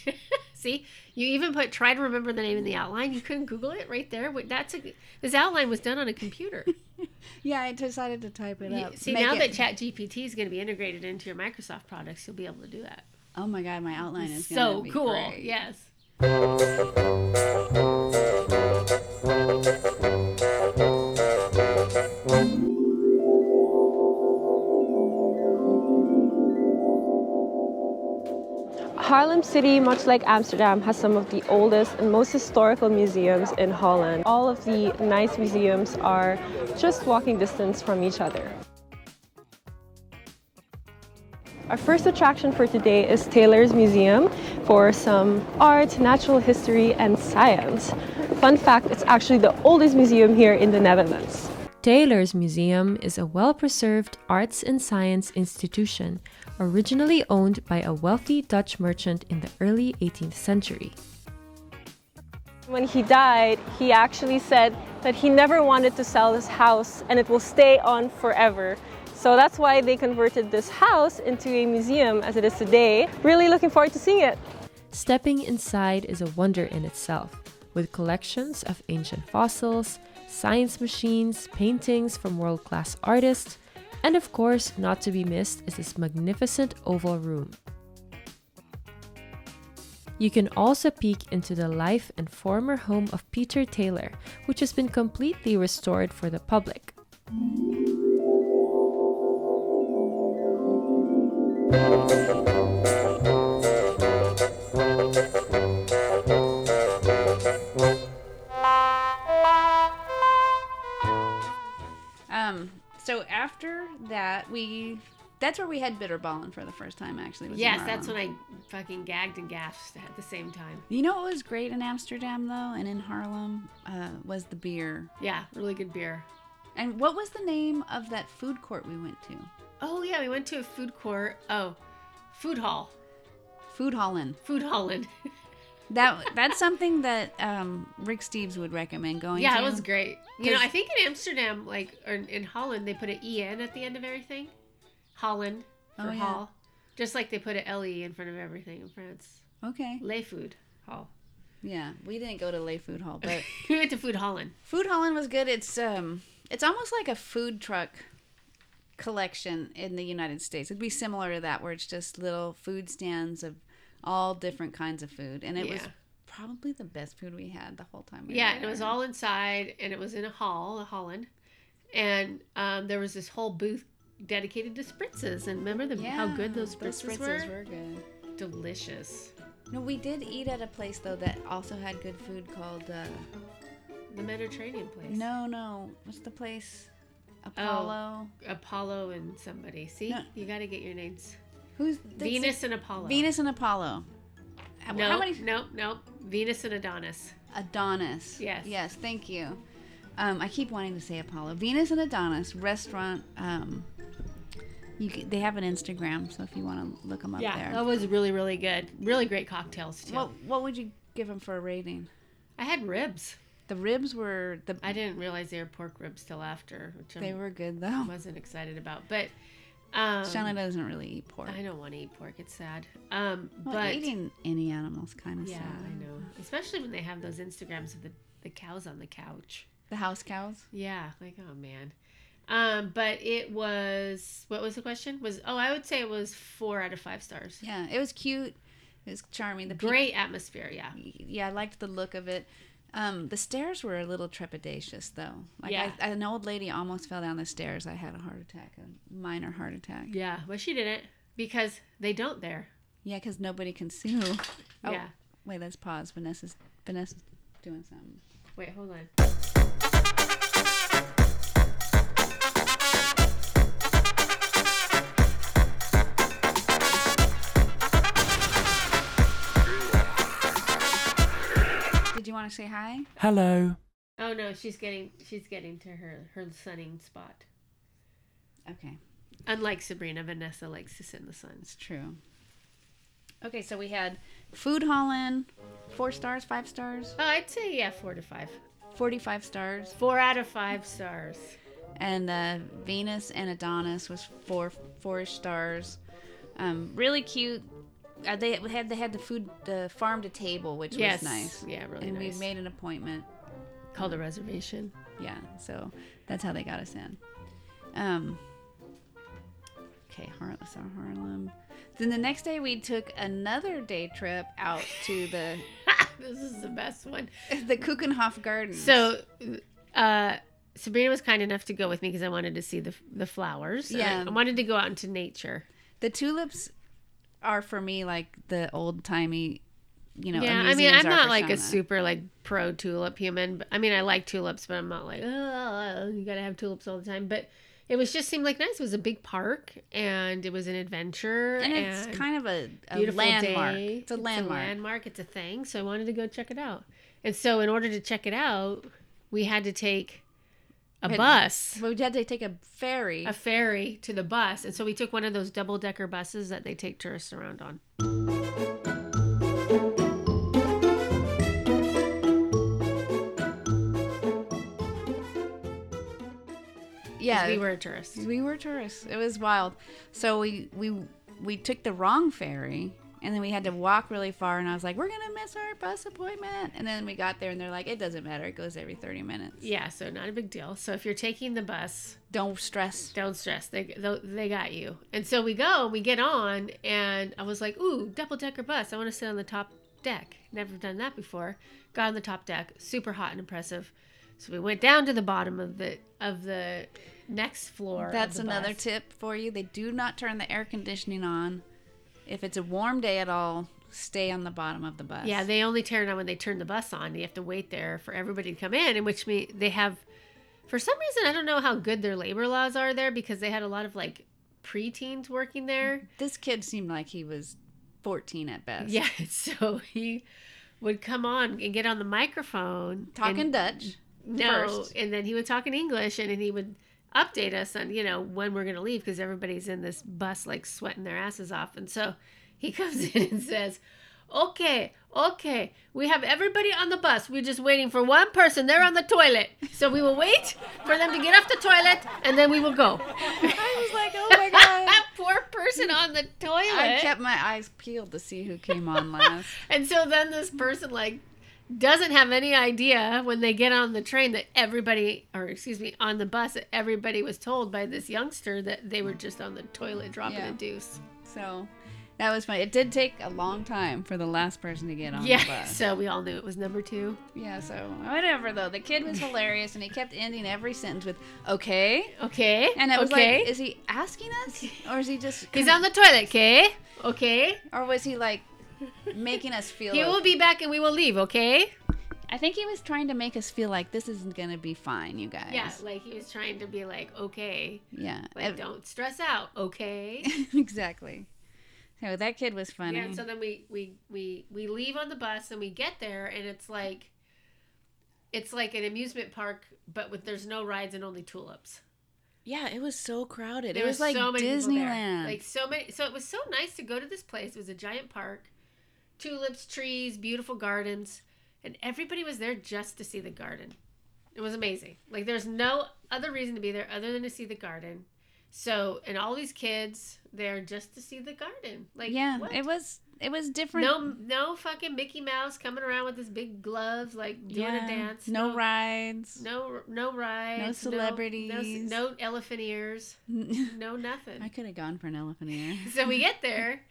[SPEAKER 2] See, you even put try to remember the name in the outline. You couldn't Google it right there. Wait, That's a this outline was done on
[SPEAKER 1] <laughs>
[SPEAKER 2] a computer.
[SPEAKER 1] yeah, I decided to type it
[SPEAKER 2] You-
[SPEAKER 1] up.
[SPEAKER 2] See,
[SPEAKER 1] Make
[SPEAKER 2] now
[SPEAKER 1] it-
[SPEAKER 2] that Chat GPT is going to be integrated into your Microsoft products, you'll be able to do that.
[SPEAKER 1] oh my god, my outline is gonna
[SPEAKER 2] so
[SPEAKER 1] be
[SPEAKER 2] cool.
[SPEAKER 1] great.
[SPEAKER 2] Yes.
[SPEAKER 5] Harlem City, much like Amsterdam, has some of the oldest and most historical museums in Holland. All of the nice museums are just walking distance from each other. Our first attraction for today is Taylor's Museum for some art, natural history, and science. Fun fact it's actually the oldest museum here in the Netherlands.
[SPEAKER 6] Taylor's Museum is a well preserved arts and science institution originally owned by a wealthy Dutch merchant in the early 18th century.
[SPEAKER 5] When he died, he actually said that he never wanted to sell his house and it will stay on forever. So that's why they converted this house into a museum as it is today. Really looking forward to seeing it.
[SPEAKER 6] Stepping inside is a wonder in itself, with collections of ancient fossils, science machines, paintings from world class artists, and of course, not to be missed is this magnificent oval room. You can also peek into the life and former home of Peter Taylor, which has been completely restored for the public.
[SPEAKER 1] Um. So after that, we that's where we had bitterballen for the first time. Actually, was in
[SPEAKER 2] Yes, that's
[SPEAKER 1] Harlem.
[SPEAKER 2] when I fucking gagged and gasped at the same time.
[SPEAKER 1] You know what was great in Amsterdam though, and in Harlem, uh, was the beer.
[SPEAKER 2] Yeah, really good beer.
[SPEAKER 1] And what was the name of that food court we went to?
[SPEAKER 2] Oh yeah, we went to a food court. Oh, food hall,
[SPEAKER 1] Food Holland.
[SPEAKER 2] food Holland. <laughs>
[SPEAKER 1] That <laughs> that's something that um, Rick Steves would recommend going.
[SPEAKER 2] yeah,
[SPEAKER 1] to.
[SPEAKER 2] it was great. You know,
[SPEAKER 1] 'Cause-
[SPEAKER 2] I think in Amsterdam, like or in- in Holland, they put an e n at the end of everything. Holland for
[SPEAKER 1] Oh, yeah.
[SPEAKER 2] hall, just like they put an l e in front of everything in France.
[SPEAKER 1] Okay.
[SPEAKER 2] Le food hall. <laughs>
[SPEAKER 1] Yeah, we didn't go to Lay Food Hall, but
[SPEAKER 2] we went to food Holland.
[SPEAKER 1] Food Holland was good. It's um, it's almost like a food truck collection in the United States. It'd be similar to that, where it's just little food stands of all different kinds of food, and it was
[SPEAKER 2] Yeah.
[SPEAKER 1] probably the best food we had the whole time. we
[SPEAKER 2] Yeah,
[SPEAKER 1] were
[SPEAKER 2] and it was
[SPEAKER 1] there.
[SPEAKER 2] all inside, and it was in a hall, a Holland, and um, there was this whole booth dedicated to spritzes. And remember the, how good those
[SPEAKER 1] those
[SPEAKER 2] spritzes, were?
[SPEAKER 1] good.
[SPEAKER 2] Delicious.
[SPEAKER 1] No, we did eat at a place though that also had good food called. Uh,
[SPEAKER 2] The Mediterranean place.
[SPEAKER 1] no, no, what's the place?
[SPEAKER 2] Oh.
[SPEAKER 1] Apollo.
[SPEAKER 2] Apollo and somebody. See,
[SPEAKER 1] No.
[SPEAKER 2] you got to get your names.
[SPEAKER 1] Who's that's
[SPEAKER 2] Venus
[SPEAKER 1] it.
[SPEAKER 2] and Apollo.
[SPEAKER 1] Venus and Apollo. How-
[SPEAKER 2] No,
[SPEAKER 1] How many?
[SPEAKER 2] no, no. Venus and Adonis.
[SPEAKER 1] Adonis.
[SPEAKER 2] Yes.
[SPEAKER 1] Yes, thank you. Um, I keep wanting to say Apollo. Venus and Adonis restaurant. Um, you c they have an Instagram, so if you want to look them up there.
[SPEAKER 2] that was really, really good. Really great cocktails too.
[SPEAKER 1] What what would you give them for a rating?
[SPEAKER 2] I had ribs.
[SPEAKER 1] The ribs were the
[SPEAKER 2] I didn't realize they were pork ribs till after, which
[SPEAKER 1] they
[SPEAKER 2] I
[SPEAKER 1] were good though.
[SPEAKER 2] wasn't excited about. But um,
[SPEAKER 1] <laughs> Shauna doesn't really eat pork.
[SPEAKER 2] I don't want to eat pork. It's sad. Um,
[SPEAKER 1] Well,
[SPEAKER 2] but
[SPEAKER 1] eating any animals kind of
[SPEAKER 2] yeah, I
[SPEAKER 1] sad.
[SPEAKER 2] know. Especially when they have those Instagrams of the, the cows on the couch.
[SPEAKER 1] The house cows.
[SPEAKER 2] Yeah, like oh man. Um, but it was what was the question? Was oh, I would say it was four out of five stars.
[SPEAKER 1] Yeah, it was cute. It was charming. The people-
[SPEAKER 2] Great atmosphere, yeah.
[SPEAKER 1] yeah, I liked the look of it. Um, the stairs were a little trepidatious, though. Like
[SPEAKER 2] Yeah.
[SPEAKER 1] I, an old lady almost fell down the stairs. I had a heart attack, a minor heart attack.
[SPEAKER 2] Yeah, but she didn't because they don't there.
[SPEAKER 1] Yeah, because nobody can see who. Oh,
[SPEAKER 2] <laughs> Yeah.
[SPEAKER 1] Wait, let's pause. Vanessa's Vanessa's doing something.
[SPEAKER 2] Wait, hold on.
[SPEAKER 1] Did you want to say hi?
[SPEAKER 7] Hello.
[SPEAKER 2] Oh no, she's getting she's getting to her her sunning spot.
[SPEAKER 1] Okay,
[SPEAKER 2] Unlike Sabrina, Vanessa likes to sit in the sun.
[SPEAKER 1] it's true. Okay, so we had food haul in, four stars, five stars,
[SPEAKER 2] Oh, I'd say yeah, four to five.
[SPEAKER 1] forty-five stars,
[SPEAKER 2] Four out of five stars.
[SPEAKER 1] and uh, Venus and Adonis was four four-ish stars. Um, really cute. Uh, they had they had the food the farm to table, which
[SPEAKER 2] Yes.
[SPEAKER 1] was nice.
[SPEAKER 2] Yeah, really
[SPEAKER 1] and
[SPEAKER 2] nice.
[SPEAKER 1] we made an appointment.
[SPEAKER 2] Called a reservation.
[SPEAKER 1] yeah so that's how they got us in um okay harlem so harlem then the next day we took another day trip out to the <laughs>
[SPEAKER 2] this is the best one.
[SPEAKER 1] the kuchenhof gardens
[SPEAKER 2] So, uh, Sabrina was kind enough to go with me because I wanted to see the the flowers.
[SPEAKER 1] Yeah.
[SPEAKER 2] I, I wanted to go out into nature.
[SPEAKER 1] the tulips are for me like the old timey you know
[SPEAKER 2] yeah, I mean,
[SPEAKER 1] museums
[SPEAKER 2] I'm
[SPEAKER 1] are
[SPEAKER 2] not
[SPEAKER 1] for
[SPEAKER 2] like a
[SPEAKER 1] Shauna.
[SPEAKER 2] super like pro tulip human. But, I mean, I like tulips, but I'm not like oh, you gotta have tulips all the time. But it was just seemed like nice. It was a big park, and it was an adventure,
[SPEAKER 1] and it's kind of a, a
[SPEAKER 2] beautiful
[SPEAKER 1] landmark
[SPEAKER 2] day.
[SPEAKER 1] it's a landmark
[SPEAKER 2] It's a landmark. It's a thing. So I wanted to go check it out. And so in order to check it out, we had to take a
[SPEAKER 1] Had-
[SPEAKER 2] bus,
[SPEAKER 1] but we had to take a ferry
[SPEAKER 2] a ferry to the bus. And so we took one of those double decker buses that they take tourists around on.
[SPEAKER 1] yeah
[SPEAKER 2] we were a tourist.
[SPEAKER 1] We were tourists. It was wild. So we we we took the wrong ferry, and then we had to walk really far. And I was like, "We're gonna miss our bus appointment." And then we got there, and they're like, "It doesn't matter. It goes every thirty minutes.
[SPEAKER 2] Yeah, so not a big deal. So if you're taking the bus,
[SPEAKER 1] Don't stress."
[SPEAKER 2] don't stress. They they- they got you. And so we go, we get on, and I was like, ooh, double decker bus. I want to sit on the top deck. Never done that before. Got on the top deck, super hot and impressive. So we went down to the bottom of the of the next floor. of
[SPEAKER 1] That's
[SPEAKER 2] the
[SPEAKER 1] another
[SPEAKER 2] bus.
[SPEAKER 1] tip for you. They do not turn the air conditioning on. If it's a warm day at all, stay on the bottom of the bus.
[SPEAKER 2] Yeah, they only turn it on when they turn the bus on. You have to wait there for everybody to come in, and which means they have, for some reason, I don't know how good their labor laws are there because they had a lot of like preteens working there.
[SPEAKER 1] this kid seemed like he was fourteen at best.
[SPEAKER 2] <laughs> Yeah, so he would come on and get on the microphone
[SPEAKER 1] talking
[SPEAKER 2] and,
[SPEAKER 1] Dutch.
[SPEAKER 2] no, <laughs>
[SPEAKER 1] first.
[SPEAKER 2] and then he would talk in English, and then he would update us on you know when we're gonna leave because everybody's in this bus like sweating their asses off, and so he <laughs> comes in and says, "Okay, okay, we have everybody on the bus. We're just waiting for one person. They're on the toilet, so we will wait for them to get off the toilet, and then we will go."
[SPEAKER 1] I was like, "Oh my god."
[SPEAKER 2] <laughs> that poor person on the toilet.
[SPEAKER 1] I kept my eyes peeled to see who came on last.
[SPEAKER 2] <laughs> And so then this person like doesn't have any idea when they get on the train that everybody or excuse me on the bus that everybody was told by this youngster that they were just on the toilet dropping
[SPEAKER 1] Yeah.
[SPEAKER 2] a deuce.
[SPEAKER 1] So that was fun. It did take a long time for the last person to get on the
[SPEAKER 2] Yeah. <laughs>
[SPEAKER 1] bus.
[SPEAKER 2] So we all knew it was number 2.
[SPEAKER 1] Yeah, so whatever though. The
[SPEAKER 2] <laughs>
[SPEAKER 1] kid was hilarious and he kept ending every sentence with okay.
[SPEAKER 2] Okay.
[SPEAKER 1] And it was
[SPEAKER 2] okay.
[SPEAKER 1] like is he asking us or is he just
[SPEAKER 2] He's on the toilet, okay? Okay.
[SPEAKER 1] or was he
[SPEAKER 2] <laughs>
[SPEAKER 1] like making us feel
[SPEAKER 2] He will be back and we will leave, okay?
[SPEAKER 1] I think he was trying to make us feel like this isn't going to be fine, you guys.
[SPEAKER 2] Yeah, like he was trying to be like, okay,
[SPEAKER 1] Yeah.
[SPEAKER 2] like don't stress out, okay?
[SPEAKER 1] <laughs> exactly. So that kid was funny.
[SPEAKER 2] Yeah, and so then we we we we leave on the bus and we get there and it's like it's like an amusement park but with there's no rides and only tulips.
[SPEAKER 1] yeah, it was so crowded.
[SPEAKER 2] There
[SPEAKER 1] it was
[SPEAKER 2] were
[SPEAKER 1] like
[SPEAKER 2] people there.
[SPEAKER 1] Disneyland.
[SPEAKER 2] Like so many so it was so nice to go to this place. It was a giant park. Tulips, trees, beautiful gardens, and everybody was there just to see the garden. It was amazing. Like there's no other reason to be there other than to see the garden. So, and all these kids there just to see the garden. Like
[SPEAKER 1] yeah,
[SPEAKER 2] what?
[SPEAKER 1] it was It was different.
[SPEAKER 2] No, no fucking Mickey Mouse coming around with his big gloves, like doing
[SPEAKER 1] Yeah.
[SPEAKER 2] a dance.
[SPEAKER 1] No rides.
[SPEAKER 2] No, no rides. No,
[SPEAKER 1] celebrities.
[SPEAKER 2] no
[SPEAKER 1] <laughs>
[SPEAKER 2] elephant ears. No nothing.
[SPEAKER 1] I could have gone for an elephant ear.
[SPEAKER 2] <laughs> so we get there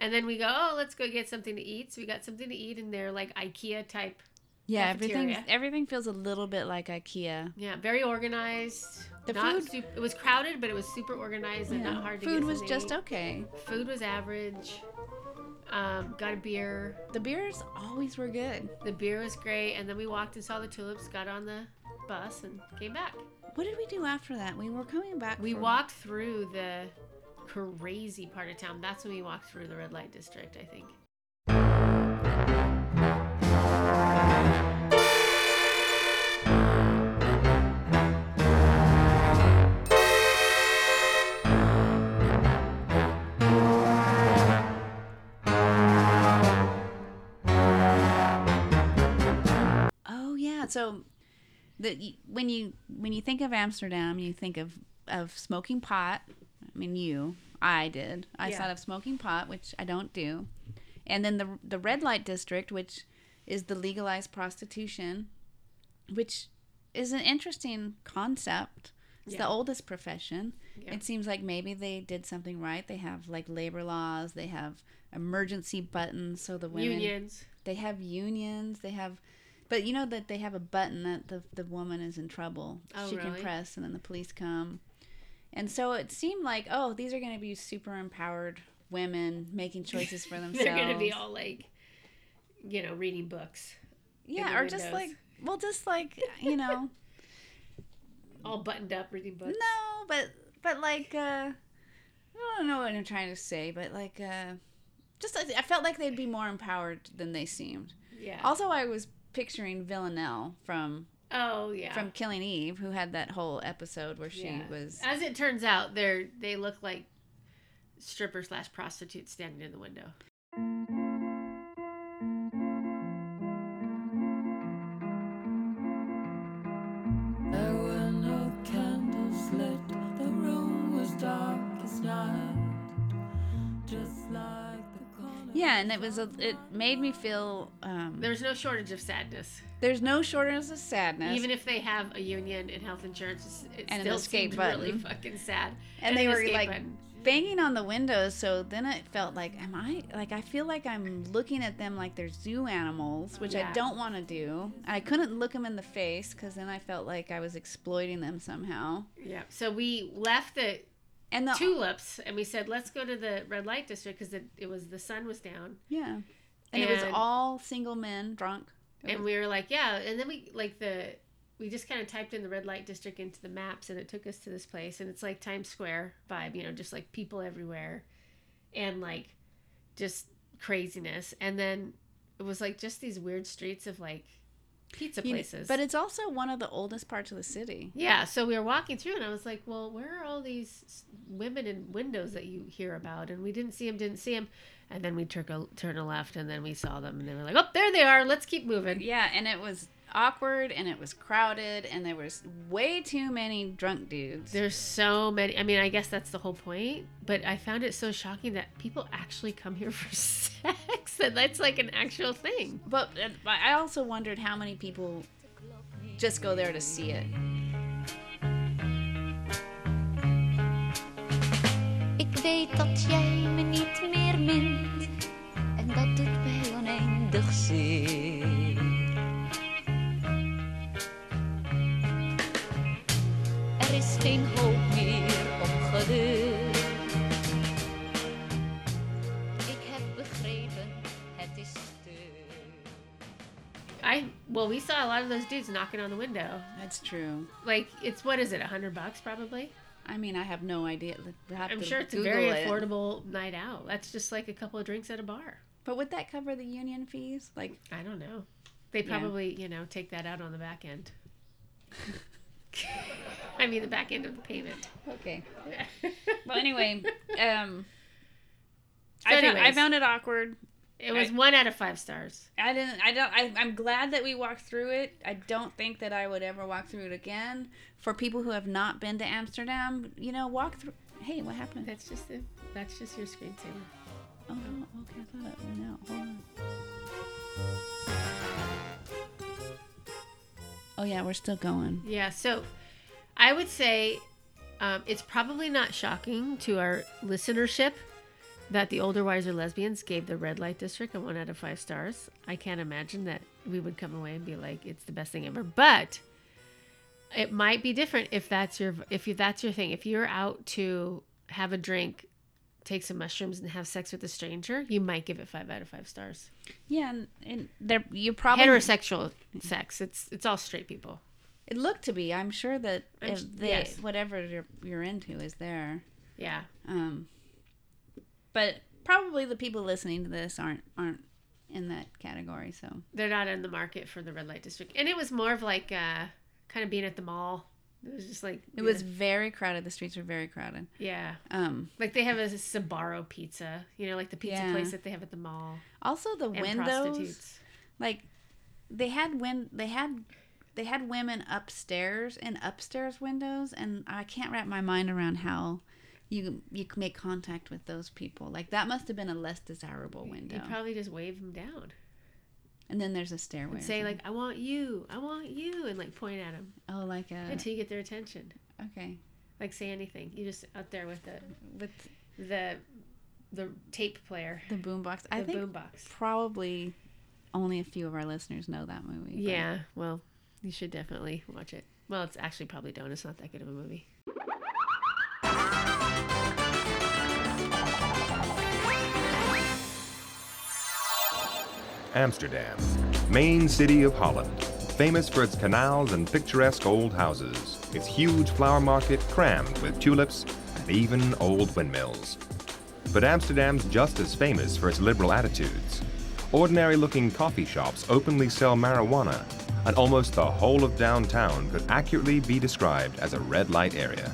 [SPEAKER 2] and then we go oh let's go get something to eat so we got something to eat in their like ikea type
[SPEAKER 1] Yeah, everything
[SPEAKER 2] Cafeteria.
[SPEAKER 1] everything feels a little bit like IKEA.
[SPEAKER 2] yeah very organized
[SPEAKER 1] The
[SPEAKER 2] not
[SPEAKER 1] food-
[SPEAKER 2] sup- it was crowded but it was super organized and
[SPEAKER 1] Yeah.
[SPEAKER 2] not hard to
[SPEAKER 1] Food
[SPEAKER 2] get
[SPEAKER 1] was
[SPEAKER 2] something to
[SPEAKER 1] just
[SPEAKER 2] eat.
[SPEAKER 1] okay.
[SPEAKER 2] food was average um, got a beer
[SPEAKER 1] The beers always were good.
[SPEAKER 2] the beer was great and then we walked and saw the tulips got on the bus and came back
[SPEAKER 1] What did we do after that? We were coming back.
[SPEAKER 2] we
[SPEAKER 1] from-
[SPEAKER 2] walked through the crazy part of town that's when we walked through the red light district i think
[SPEAKER 1] Oh yeah. So the when you when you think of Amsterdam, you think of of smoking pot. I mean, you, I did. I
[SPEAKER 2] Yeah.
[SPEAKER 1] thought of smoking pot, which I don't do. And then the the red light district, which is the legalized prostitution, which is an interesting concept. It's the
[SPEAKER 2] Yeah.
[SPEAKER 1] oldest profession.
[SPEAKER 2] Yeah.
[SPEAKER 1] It seems like maybe they did something right. They have like labor laws, they have emergency buttons so the women
[SPEAKER 2] unions <laughs>
[SPEAKER 1] they have unions. They have, but you know that they have a button that the the woman is in trouble.
[SPEAKER 2] Oh,
[SPEAKER 1] she
[SPEAKER 2] really?
[SPEAKER 1] can press, and then the police come. And so it seemed like, oh, these are going to be super empowered women making choices for themselves.
[SPEAKER 2] <laughs> They're gonna be all like, you know, reading books, in
[SPEAKER 1] yeah,
[SPEAKER 2] the
[SPEAKER 1] or just
[SPEAKER 2] windows.
[SPEAKER 1] like, well, just like you
[SPEAKER 2] <laughs>
[SPEAKER 1] know,
[SPEAKER 2] all buttoned up, reading books.
[SPEAKER 1] no, but but like, uh, I don't know what I'm trying to say, but like, uh, just I I felt like they'd be more empowered than they seemed.
[SPEAKER 2] Yeah.
[SPEAKER 1] Also, I was picturing Villanelle from
[SPEAKER 2] oh yeah.
[SPEAKER 1] from Killing Eve, who had that whole episode where she
[SPEAKER 2] Yeah.
[SPEAKER 1] was.
[SPEAKER 2] As it turns out, they're they look like stripper slash prostitute standing in the window.
[SPEAKER 7] There were no candles lit, the room was dark as night, just like the corner.
[SPEAKER 1] Yeah, and it was a, it made me feel um,
[SPEAKER 2] There's no shortage of sadness,
[SPEAKER 1] there's no shortage of sadness.
[SPEAKER 2] even if they have a union and health insurance. It's, it
[SPEAKER 1] And an
[SPEAKER 2] still
[SPEAKER 1] escape
[SPEAKER 2] seemed really
[SPEAKER 1] button.
[SPEAKER 2] fucking sad.
[SPEAKER 1] and they
[SPEAKER 2] an
[SPEAKER 1] were
[SPEAKER 2] escape
[SPEAKER 1] like
[SPEAKER 2] button.
[SPEAKER 1] banging on the windows, so then it felt like, am I like I feel like I'm looking at them like they're zoo animals, which
[SPEAKER 2] Yeah.
[SPEAKER 1] I don't want to do. I couldn't look them in the face because then I felt like I was exploiting them somehow.
[SPEAKER 2] yeah. So we left the
[SPEAKER 1] And the
[SPEAKER 2] tulips and we said let's go to the red light district because it, it was the sun was down
[SPEAKER 1] yeah, and it was
[SPEAKER 2] And-
[SPEAKER 1] all single men drunk.
[SPEAKER 2] and we were like yeah and then we like the we just kind of typed in the red light district into the maps and it took us to this place and it's like times square vibe you know just like people everywhere and like just craziness and then it was like just these weird streets of like pizza
[SPEAKER 1] You kn-
[SPEAKER 2] places
[SPEAKER 1] but it's also one of the oldest parts of the city.
[SPEAKER 2] yeah so we were walking through and i was like well where are all these s- women in windows that you hear about and we didn't see them didn't see them and then we took a turn a left and then we saw them and they were like oh there they are let's keep moving
[SPEAKER 1] Yeah, and it was awkward and it was crowded and there was way too many drunk dudes.
[SPEAKER 2] There's so many. I mean, I guess that's the whole point. But I found it so shocking that people actually come here <laughs> for sex. That that's like an actual thing.
[SPEAKER 1] But uh, I also wondered how many people just go there to see it.
[SPEAKER 8] Ik weet dat jij me niet meer mint en dat doet mij oneindig zeer. Er is geen hoop meer op geluk. Ik heb begrepen, het is stuk.
[SPEAKER 2] I well, we saw a lot of those dudes knocking on the window.
[SPEAKER 1] That's true.
[SPEAKER 2] Like it's what is it, a hundred bucks probably?
[SPEAKER 1] I mean, I have no idea. We'll have
[SPEAKER 2] I'm
[SPEAKER 1] to
[SPEAKER 2] sure it's a
[SPEAKER 1] Google
[SPEAKER 2] very
[SPEAKER 1] it.
[SPEAKER 2] affordable night out. That's just like a couple of drinks at a bar.
[SPEAKER 1] But would that cover the union fees? Like,
[SPEAKER 2] I don't know. They
[SPEAKER 1] Yeah.
[SPEAKER 2] probably you know take that out on the back end. <laughs> I mean, the back end of the payment.
[SPEAKER 1] okay. Well,
[SPEAKER 2] <laughs>
[SPEAKER 1] anyway, um, I, found, I
[SPEAKER 2] anyways.
[SPEAKER 1] found it awkward.
[SPEAKER 2] It was one out of five stars.
[SPEAKER 1] I didn't. I don't. I, I'm glad that we walked through it. I don't think that I would ever walk through it again. For people who have not been to Amsterdam, you know, walk through. Hey, what happened?
[SPEAKER 2] That's just the, that's just your screensaver.
[SPEAKER 1] Oh, no, okay, I thought it went out. Hold on. Oh, yeah, we're still going.
[SPEAKER 2] Yeah, so I would say um, it's probably not shocking to our listenership that the older, wiser lesbians gave the red light district a one out of five stars. I can't imagine that we would come away and be like, it's the best thing ever. But it might be different if that's your if you, that's your thing. If you're out to have a drink, take some mushrooms, and have sex with a stranger, you might give it five out of five stars.
[SPEAKER 1] Yeah, and, and there you probably
[SPEAKER 2] Heterosexual sex, it's it's all straight people.
[SPEAKER 1] It looked to be. I'm sure that
[SPEAKER 2] I'm
[SPEAKER 1] if
[SPEAKER 2] s-
[SPEAKER 1] they,
[SPEAKER 2] yes.
[SPEAKER 1] whatever you're, you're into is there.
[SPEAKER 2] Yeah,
[SPEAKER 1] Um, but probably the people listening to this aren't aren't in that category. So
[SPEAKER 2] they're not in the market for the red light district and it was more of like uh kind of being at the mall it was just like
[SPEAKER 1] it was very crowded. The streets were very crowded.
[SPEAKER 2] yeah
[SPEAKER 1] Um,
[SPEAKER 2] like they have a sabaro pizza you know like the pizza
[SPEAKER 1] Yeah.
[SPEAKER 2] place that they have at the mall
[SPEAKER 1] also the
[SPEAKER 2] and
[SPEAKER 1] windows,
[SPEAKER 2] prostitutes
[SPEAKER 1] like they had win they had they had women upstairs in upstairs windows, and I can't wrap my mind around how. You, you can make contact with those people like that must have been a less desirable window
[SPEAKER 2] you probably just wave them down
[SPEAKER 1] and then there's a stairway
[SPEAKER 2] and
[SPEAKER 1] or
[SPEAKER 2] say like
[SPEAKER 1] something.
[SPEAKER 2] i want you i want you and like point at them
[SPEAKER 1] oh like a
[SPEAKER 2] until you get their attention
[SPEAKER 1] okay
[SPEAKER 2] like say anything you just out there with the
[SPEAKER 1] with
[SPEAKER 2] the the tape player
[SPEAKER 1] the boombox I
[SPEAKER 2] the
[SPEAKER 1] think
[SPEAKER 2] boombox
[SPEAKER 1] probably only a few of our listeners know that movie. but-
[SPEAKER 2] Yeah, well, you should definitely watch it. Well, it's actually probably don't. It's not that good of a movie.
[SPEAKER 9] Amsterdam, main city of Holland, famous for its canals and picturesque old houses, its huge flower market crammed with tulips and even old windmills. But Amsterdam's just as famous for its liberal attitudes. Ordinary looking coffee shops openly sell marijuana, and almost the whole of downtown could accurately be described as a red light area.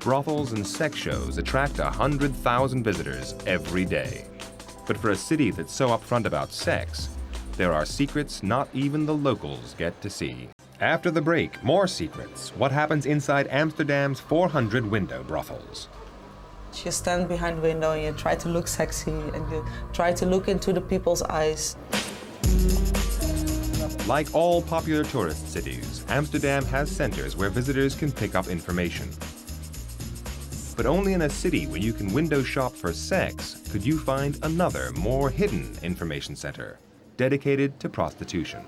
[SPEAKER 9] Brothels and sex shows attract 100,000 visitors every day. But for a city that's so upfront about sex, there are secrets not even the locals get to see. After the break, more secrets. What happens inside Amsterdam's 400 window brothels?
[SPEAKER 10] You stand behind the window and you try to look sexy and you try to look into the people's eyes.
[SPEAKER 9] Like all popular tourist cities, Amsterdam has centers where visitors can pick up information. But only in a city where you can window shop for sex could you find another, more hidden information center dedicated to prostitution.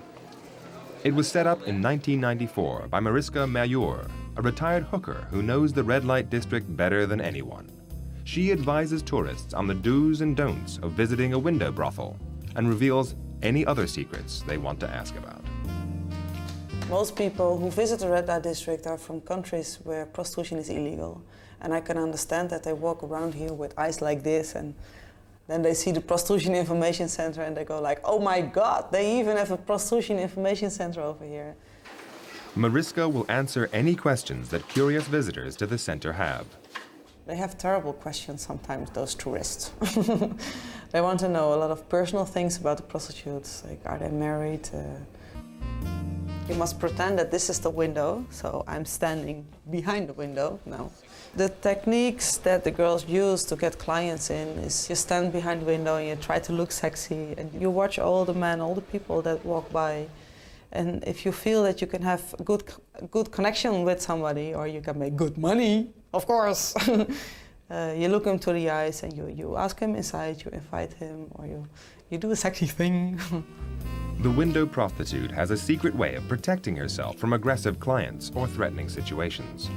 [SPEAKER 9] It was set up in 1994 by Mariska Mayer, a retired hooker who knows the red light district better than anyone. She advises tourists on the do's and don'ts of visiting a window brothel and reveals any other secrets they want to ask about.
[SPEAKER 10] Most people who visit the red light district are from countries where prostitution is illegal. And I can understand that they walk around here with eyes like this and then they see the prostitution information center and they go like, "Oh my god, they even have a prostitution information center over here."
[SPEAKER 9] Mariska will answer any questions that curious visitors to the center have.
[SPEAKER 10] They have terrible questions sometimes, those tourists. <laughs> they want to know a lot of personal things about the prostitutes, like are they married? Uh... You must pretend that this is the window, so I'm standing behind the window now. The techniques that the girls use to get clients in is you stand behind the window and you try to look sexy, and you watch all the men, all the people that walk by. And if you feel that you can have a good, a good connection with somebody, or you can make good money, of course, uh, you look him to the eyes and you, you ask him inside, you invite him, or you, you do a sexy thing.
[SPEAKER 9] The window prostitute has a secret way of protecting herself from aggressive clients or threatening situations.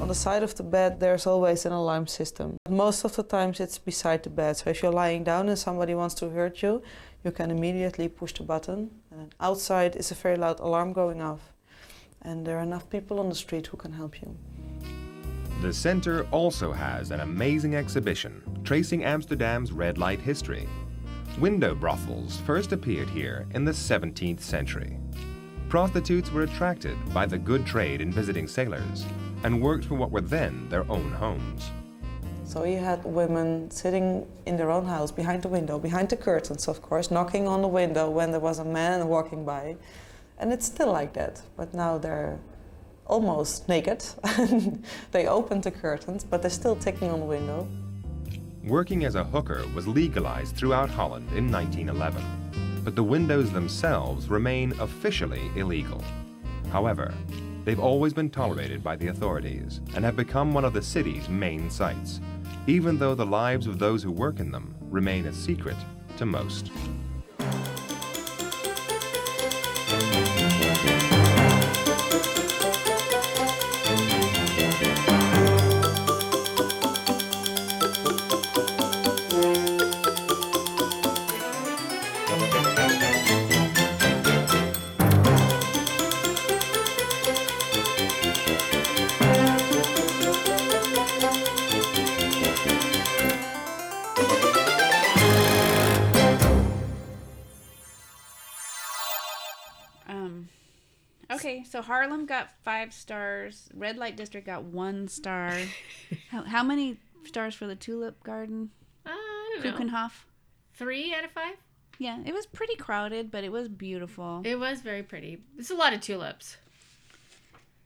[SPEAKER 10] On the side of the bed, there's always an alarm system. Most of the times, it's beside the bed. So if you're lying down and somebody wants to hurt you, you can immediately push the button. And outside is a very loud alarm going off. And there are enough people on the street who can help you.
[SPEAKER 9] The center also has an amazing exhibition tracing Amsterdam's red light history. Window brothels first appeared here in the 17th century. Prostitutes were attracted by the good trade in visiting sailors and worked for what were then their own homes.
[SPEAKER 10] So you had women sitting in their own house, behind the window, behind the curtains, of course, knocking on the window when there was a man walking by. And it's still like that, but now they're almost naked. they opened the curtains, but they're still ticking on the window.
[SPEAKER 9] working as a hooker was legalized throughout Holland in 1911, but the windows themselves remain officially illegal. However, they've always been tolerated by the authorities and have become one of the city's main sights, even though the lives of those who work in them remain a secret to most.
[SPEAKER 1] Um, okay, so Harlem got five stars. Red Light District got one <laughs> star. how, how many stars for the Tulip Garden?
[SPEAKER 2] Uh, I don't know.
[SPEAKER 1] Kuchenhof?
[SPEAKER 2] Three out of five?
[SPEAKER 1] Yeah, it was pretty crowded, but it was beautiful.
[SPEAKER 2] It was very pretty. It's a lot of tulips.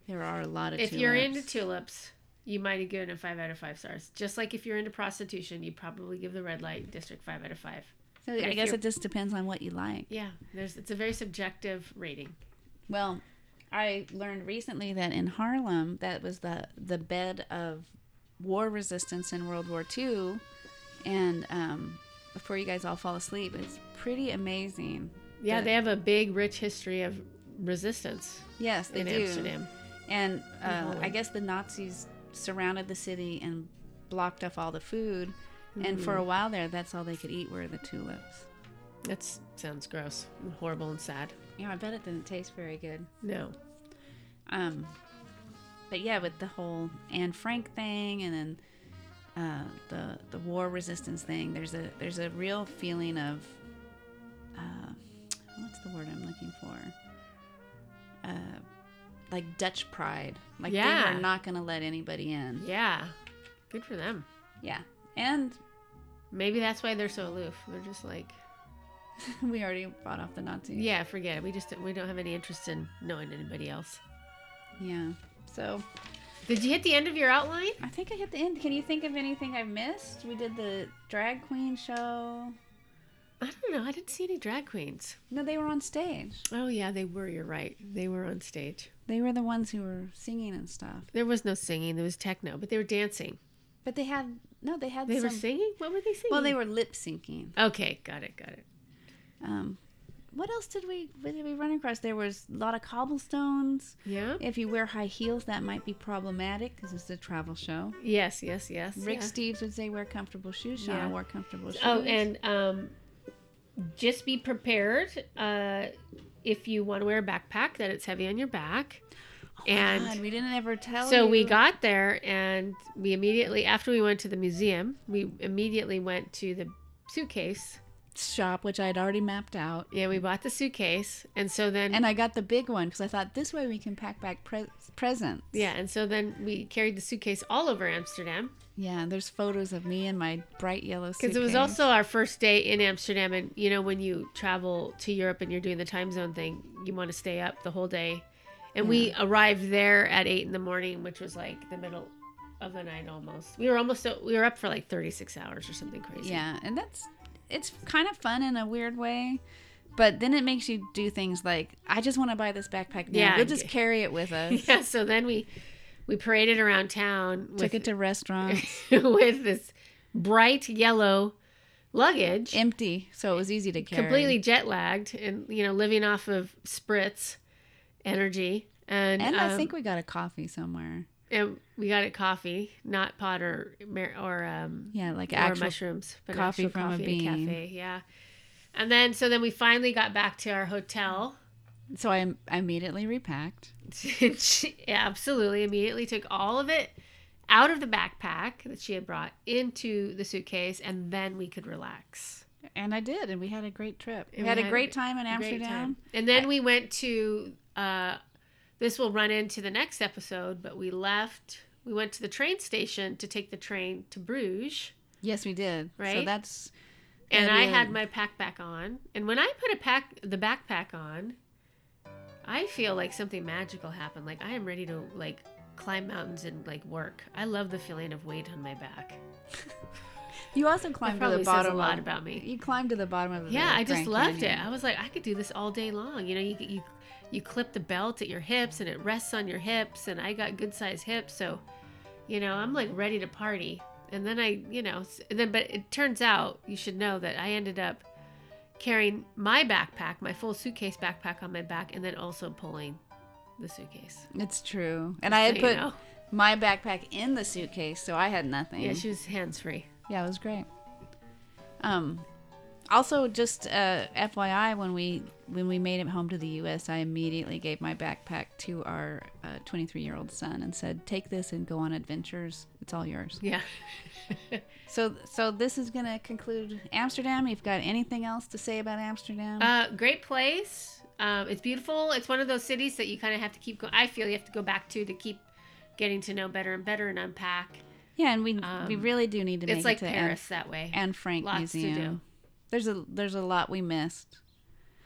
[SPEAKER 1] There are a lot of
[SPEAKER 2] if you're into
[SPEAKER 1] tulips.
[SPEAKER 2] tulips, you might have given it five out of five stars. Just like if you're into prostitution, you probably give the red light district five out of five.
[SPEAKER 1] So
[SPEAKER 2] if
[SPEAKER 1] I guess
[SPEAKER 2] you're-
[SPEAKER 1] it just depends on what you like.
[SPEAKER 2] Yeah, there's it's a very subjective rating.
[SPEAKER 1] Well, I learned recently that in Harlem, that was the the bed of war resistance in World War II, and um, before you guys all fall asleep, it's pretty amazing.
[SPEAKER 2] Yeah,
[SPEAKER 1] The-
[SPEAKER 2] they have a big, rich history of resistance
[SPEAKER 1] Yes, they
[SPEAKER 2] in
[SPEAKER 1] do.
[SPEAKER 2] Amsterdam.
[SPEAKER 1] And uh, I
[SPEAKER 2] Holland.
[SPEAKER 1] guess the Nazis surrounded the city and blocked off all the food. And
[SPEAKER 2] Mm.
[SPEAKER 1] for a while there, that's all they could eat were the tulips.
[SPEAKER 2] That sounds gross, and horrible, and sad.
[SPEAKER 1] Yeah, I bet it didn't taste very good.
[SPEAKER 2] No.
[SPEAKER 1] Um, but yeah, with the whole Anne Frank thing and then uh, the the war resistance thing, there's a there's a real feeling of uh, what's the word I'm looking for? Uh, like Dutch pride. Like they
[SPEAKER 2] Yeah.
[SPEAKER 1] were not going to let anybody in.
[SPEAKER 2] Yeah. Good for them.
[SPEAKER 1] Yeah. And <laughs>
[SPEAKER 2] Maybe that's why they're so aloof. They're just like,
[SPEAKER 1] we already fought off the Nazis.
[SPEAKER 2] yeah, forget it. We just we don't have any interest in knowing anybody else.
[SPEAKER 1] Yeah. So
[SPEAKER 2] Did you hit the end of your outline?
[SPEAKER 1] I think I hit the end. Can you think of anything I've missed? We did the drag queen show.
[SPEAKER 2] I don't know. I didn't see any drag queens.
[SPEAKER 1] No, they were on stage.
[SPEAKER 2] Oh yeah, they were. You're right. They were on stage.
[SPEAKER 1] They were the ones who were singing and stuff.
[SPEAKER 2] There was no singing. There was techno, but they were dancing.
[SPEAKER 1] But they had no, they had
[SPEAKER 2] They
[SPEAKER 1] some.
[SPEAKER 2] were singing. What were they singing?
[SPEAKER 1] well, they were lip syncing.
[SPEAKER 2] Okay, got it, got it.
[SPEAKER 1] Um, what else did we what did we run across? There was a lot of cobblestones.
[SPEAKER 2] Yeah.
[SPEAKER 1] If you wear high heels, that might be problematic because it's a travel show.
[SPEAKER 2] Yes, yes, yes.
[SPEAKER 1] Rick
[SPEAKER 2] yeah.
[SPEAKER 1] Steves would say wear comfortable shoes. Shauna
[SPEAKER 2] Yeah.
[SPEAKER 1] wore comfortable shoes.
[SPEAKER 2] Oh, and um, just be prepared. Uh, if you want to wear a backpack, that it's heavy on your back. and
[SPEAKER 1] God, we didn't ever tell.
[SPEAKER 2] so we
[SPEAKER 1] you.
[SPEAKER 2] got there, and we immediately after we went to the museum, we immediately went to the suitcase.
[SPEAKER 1] shop, which I had already mapped out.
[SPEAKER 2] Yeah, we bought the suitcase, and so then
[SPEAKER 1] And I got the big one because I thought this way we can pack back pre- presents.
[SPEAKER 2] yeah, and so then we carried the suitcase all over Amsterdam.
[SPEAKER 1] Yeah, and there's photos of me in my bright yellow suitcase.
[SPEAKER 2] Because it was also our first day in Amsterdam, and you know when you travel to Europe and you're doing the time zone thing, you want to stay up the whole day. And we arrived there at eight in the morning, which was like the middle of the night almost. We were almost we were up for like 36 hours or something crazy.
[SPEAKER 1] Yeah, and that's it's kind of fun in a weird way. But then it makes you do things like I just want to buy this backpack now.
[SPEAKER 2] Yeah,
[SPEAKER 1] we'll
[SPEAKER 2] and
[SPEAKER 1] just
[SPEAKER 2] get-
[SPEAKER 1] carry it with
[SPEAKER 2] <laughs>
[SPEAKER 1] us.
[SPEAKER 2] <laughs> Yeah. So then we we paraded around town with
[SPEAKER 1] Took it to restaurants.
[SPEAKER 2] <laughs> with this bright yellow luggage,
[SPEAKER 1] Empty, so it was easy to carry.
[SPEAKER 2] completely jet lagged, and you know living off of spritz energy. And,
[SPEAKER 1] And I
[SPEAKER 2] um,
[SPEAKER 1] think we got a coffee somewhere.
[SPEAKER 2] And we got it coffee, not pot or mar- or um
[SPEAKER 1] Yeah, like
[SPEAKER 2] or
[SPEAKER 1] actual.
[SPEAKER 2] mushrooms, but
[SPEAKER 1] coffee
[SPEAKER 2] actual
[SPEAKER 1] from a
[SPEAKER 2] in
[SPEAKER 1] bean.
[SPEAKER 2] cafe. Yeah. And then so then we finally got back to our hotel.
[SPEAKER 1] So I, I immediately repacked.
[SPEAKER 2] She absolutely immediately took all of it out of the backpack that she had brought into the suitcase and then we could relax.
[SPEAKER 1] And I did, and we had a great trip. We,
[SPEAKER 2] And
[SPEAKER 1] had,
[SPEAKER 2] we
[SPEAKER 1] a
[SPEAKER 2] had
[SPEAKER 1] great time in
[SPEAKER 2] Great
[SPEAKER 1] Amsterdam.
[SPEAKER 2] time. And then we went to uh this will run into the next episode, but we left we went to the train station to take the train to Bruges.
[SPEAKER 1] Yes, we did. So
[SPEAKER 2] Right?
[SPEAKER 1] that's
[SPEAKER 2] and
[SPEAKER 1] Maybe
[SPEAKER 2] I
[SPEAKER 1] a-
[SPEAKER 2] had my pack back on. And when I put a pack, the backpack on, I feel like something magical happened. Like I am ready to like climb mountains and like work. I love the feeling of weight on my back.
[SPEAKER 1] You also climbed to
[SPEAKER 2] probably
[SPEAKER 1] the
[SPEAKER 2] says a
[SPEAKER 1] bottom.
[SPEAKER 2] lot
[SPEAKER 1] of,
[SPEAKER 2] about me.
[SPEAKER 1] You climbed to the bottom of the
[SPEAKER 2] Yeah, I just
[SPEAKER 1] Grand
[SPEAKER 2] loved
[SPEAKER 1] Canyon.
[SPEAKER 2] it. I was like, I could do this all day long. You know, you you you clip the belt at your hips and it rests on your hips, and I got good sized hips, so you know I'm like ready to party. And then I, you know, s- and then but it turns out you should know that I ended up carrying my backpack, my full suitcase backpack on my back, and then also pulling the suitcase.
[SPEAKER 1] It's true. And I had
[SPEAKER 2] so you
[SPEAKER 1] put
[SPEAKER 2] know.
[SPEAKER 1] my backpack in the suitcase, so I had nothing.
[SPEAKER 2] Yeah, she was hands free.
[SPEAKER 1] Yeah, it was great. Um, also, just uh, FYI, when we when we made it home to the U.S., I immediately gave my backpack to our 23 year old son and said, "Take this and go on adventures. It's all yours."
[SPEAKER 2] Yeah.
[SPEAKER 1] So, so this is gonna conclude Amsterdam. You've got anything else to say about Amsterdam?
[SPEAKER 2] Uh, great place. Um, it's beautiful. It's one of those cities that you kind of have to keep going. I feel you have to go back to to keep getting to know better and better and unpack.
[SPEAKER 1] yeah, and we we
[SPEAKER 2] um,
[SPEAKER 1] really do need to make
[SPEAKER 2] It's like
[SPEAKER 1] it to Anne-
[SPEAKER 2] Paris that way.
[SPEAKER 1] Anne Frank
[SPEAKER 2] Lots to do.
[SPEAKER 1] Museum. There's a there's a lot we missed.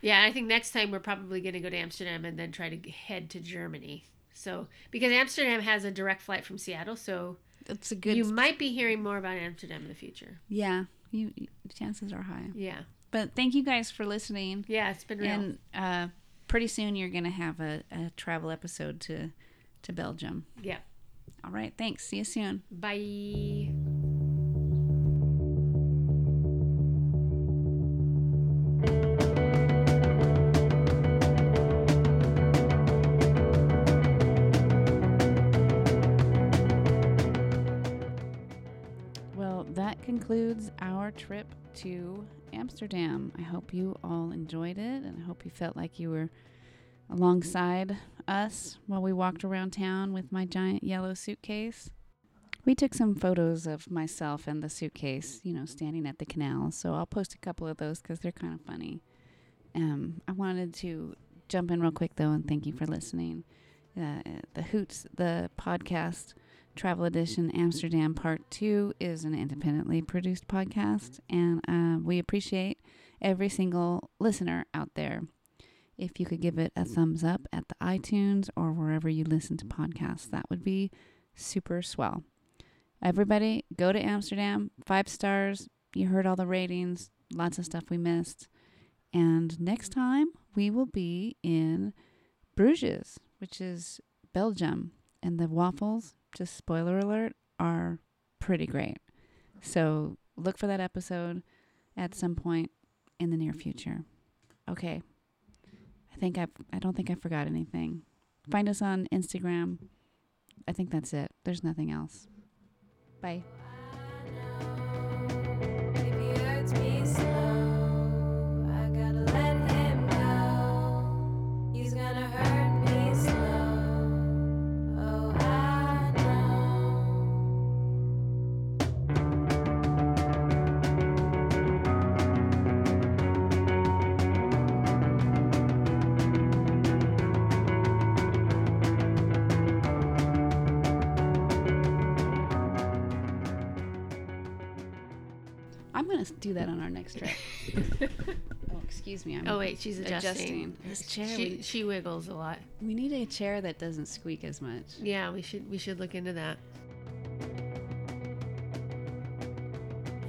[SPEAKER 2] Yeah, I think next time we're probably going to go to Amsterdam and then try to head to Germany. So because Amsterdam has a direct flight from Seattle, so
[SPEAKER 1] It's a good
[SPEAKER 2] you might be hearing more about Amsterdam in the future.
[SPEAKER 1] yeah. You you- chances are high.
[SPEAKER 2] Yeah,
[SPEAKER 1] But thank you guys for listening.
[SPEAKER 2] yeah, it's been real.
[SPEAKER 1] And uh, pretty soon you're going to have a, a travel episode to, to Belgium.
[SPEAKER 2] yeah,
[SPEAKER 1] All right. Thanks. See you soon.
[SPEAKER 2] bye.
[SPEAKER 1] Well, that concludes our trip to Amsterdam. I hope you all enjoyed it and I hope you felt like you were alongside us while we walked around town with my giant yellow suitcase. We took some photos of myself and the suitcase, you know, standing at the canal. So I'll post a couple of those because they're kind of funny. Um, I wanted to jump in real quick though and thank you for listening. Uh, the Hoots, the podcast Travel Edition Amsterdam Part 2 is an independently produced podcast, and um, we appreciate every single listener out there. If you could give it a thumbs up at the iTunes or wherever you listen to podcasts, that would be super swell. Everybody, go to Amsterdam, five stars. You heard all the ratings, lots of stuff we missed. And next time, we will be in Bruges, which is Belgium and the waffles, just spoiler alert, are pretty great. So look for that episode at some point in the near future. Okay. I think I I don't think I forgot anything. Find us on Instagram. I think that's it. There's nothing else. Bye.
[SPEAKER 7] Baby hurts me so. I gotta let him know. He's gonna hurt me slow. Oh, I know.
[SPEAKER 1] I'm gonna do that on our next
[SPEAKER 2] <laughs>
[SPEAKER 1] trip. oh, excuse me. I'm
[SPEAKER 2] Oh wait, she's adjusting.
[SPEAKER 1] Adjusting. This chair,
[SPEAKER 2] She,
[SPEAKER 1] we-
[SPEAKER 2] she wiggles a lot.
[SPEAKER 1] we need a chair that doesn't squeak as much.
[SPEAKER 2] Yeah, we should we should look into that.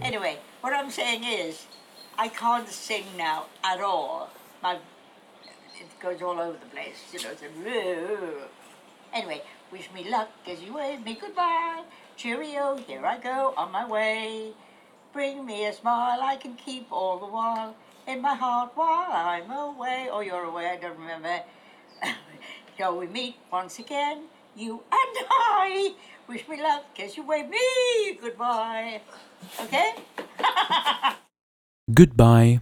[SPEAKER 11] Anyway, what I'm saying is, I can't sing now at all. My it goes all over the place, you know. It's a, anyway, wish me luck as you wave me goodbye. Cheerio, here I go on my way. Bring me a smile I can keep all the while in my heart while I'm away. Oh, you're away, I don't remember. <coughs> Shall we meet once again, you and I? Wish me luck as you wave me goodbye. Okay?
[SPEAKER 12] Goodbye.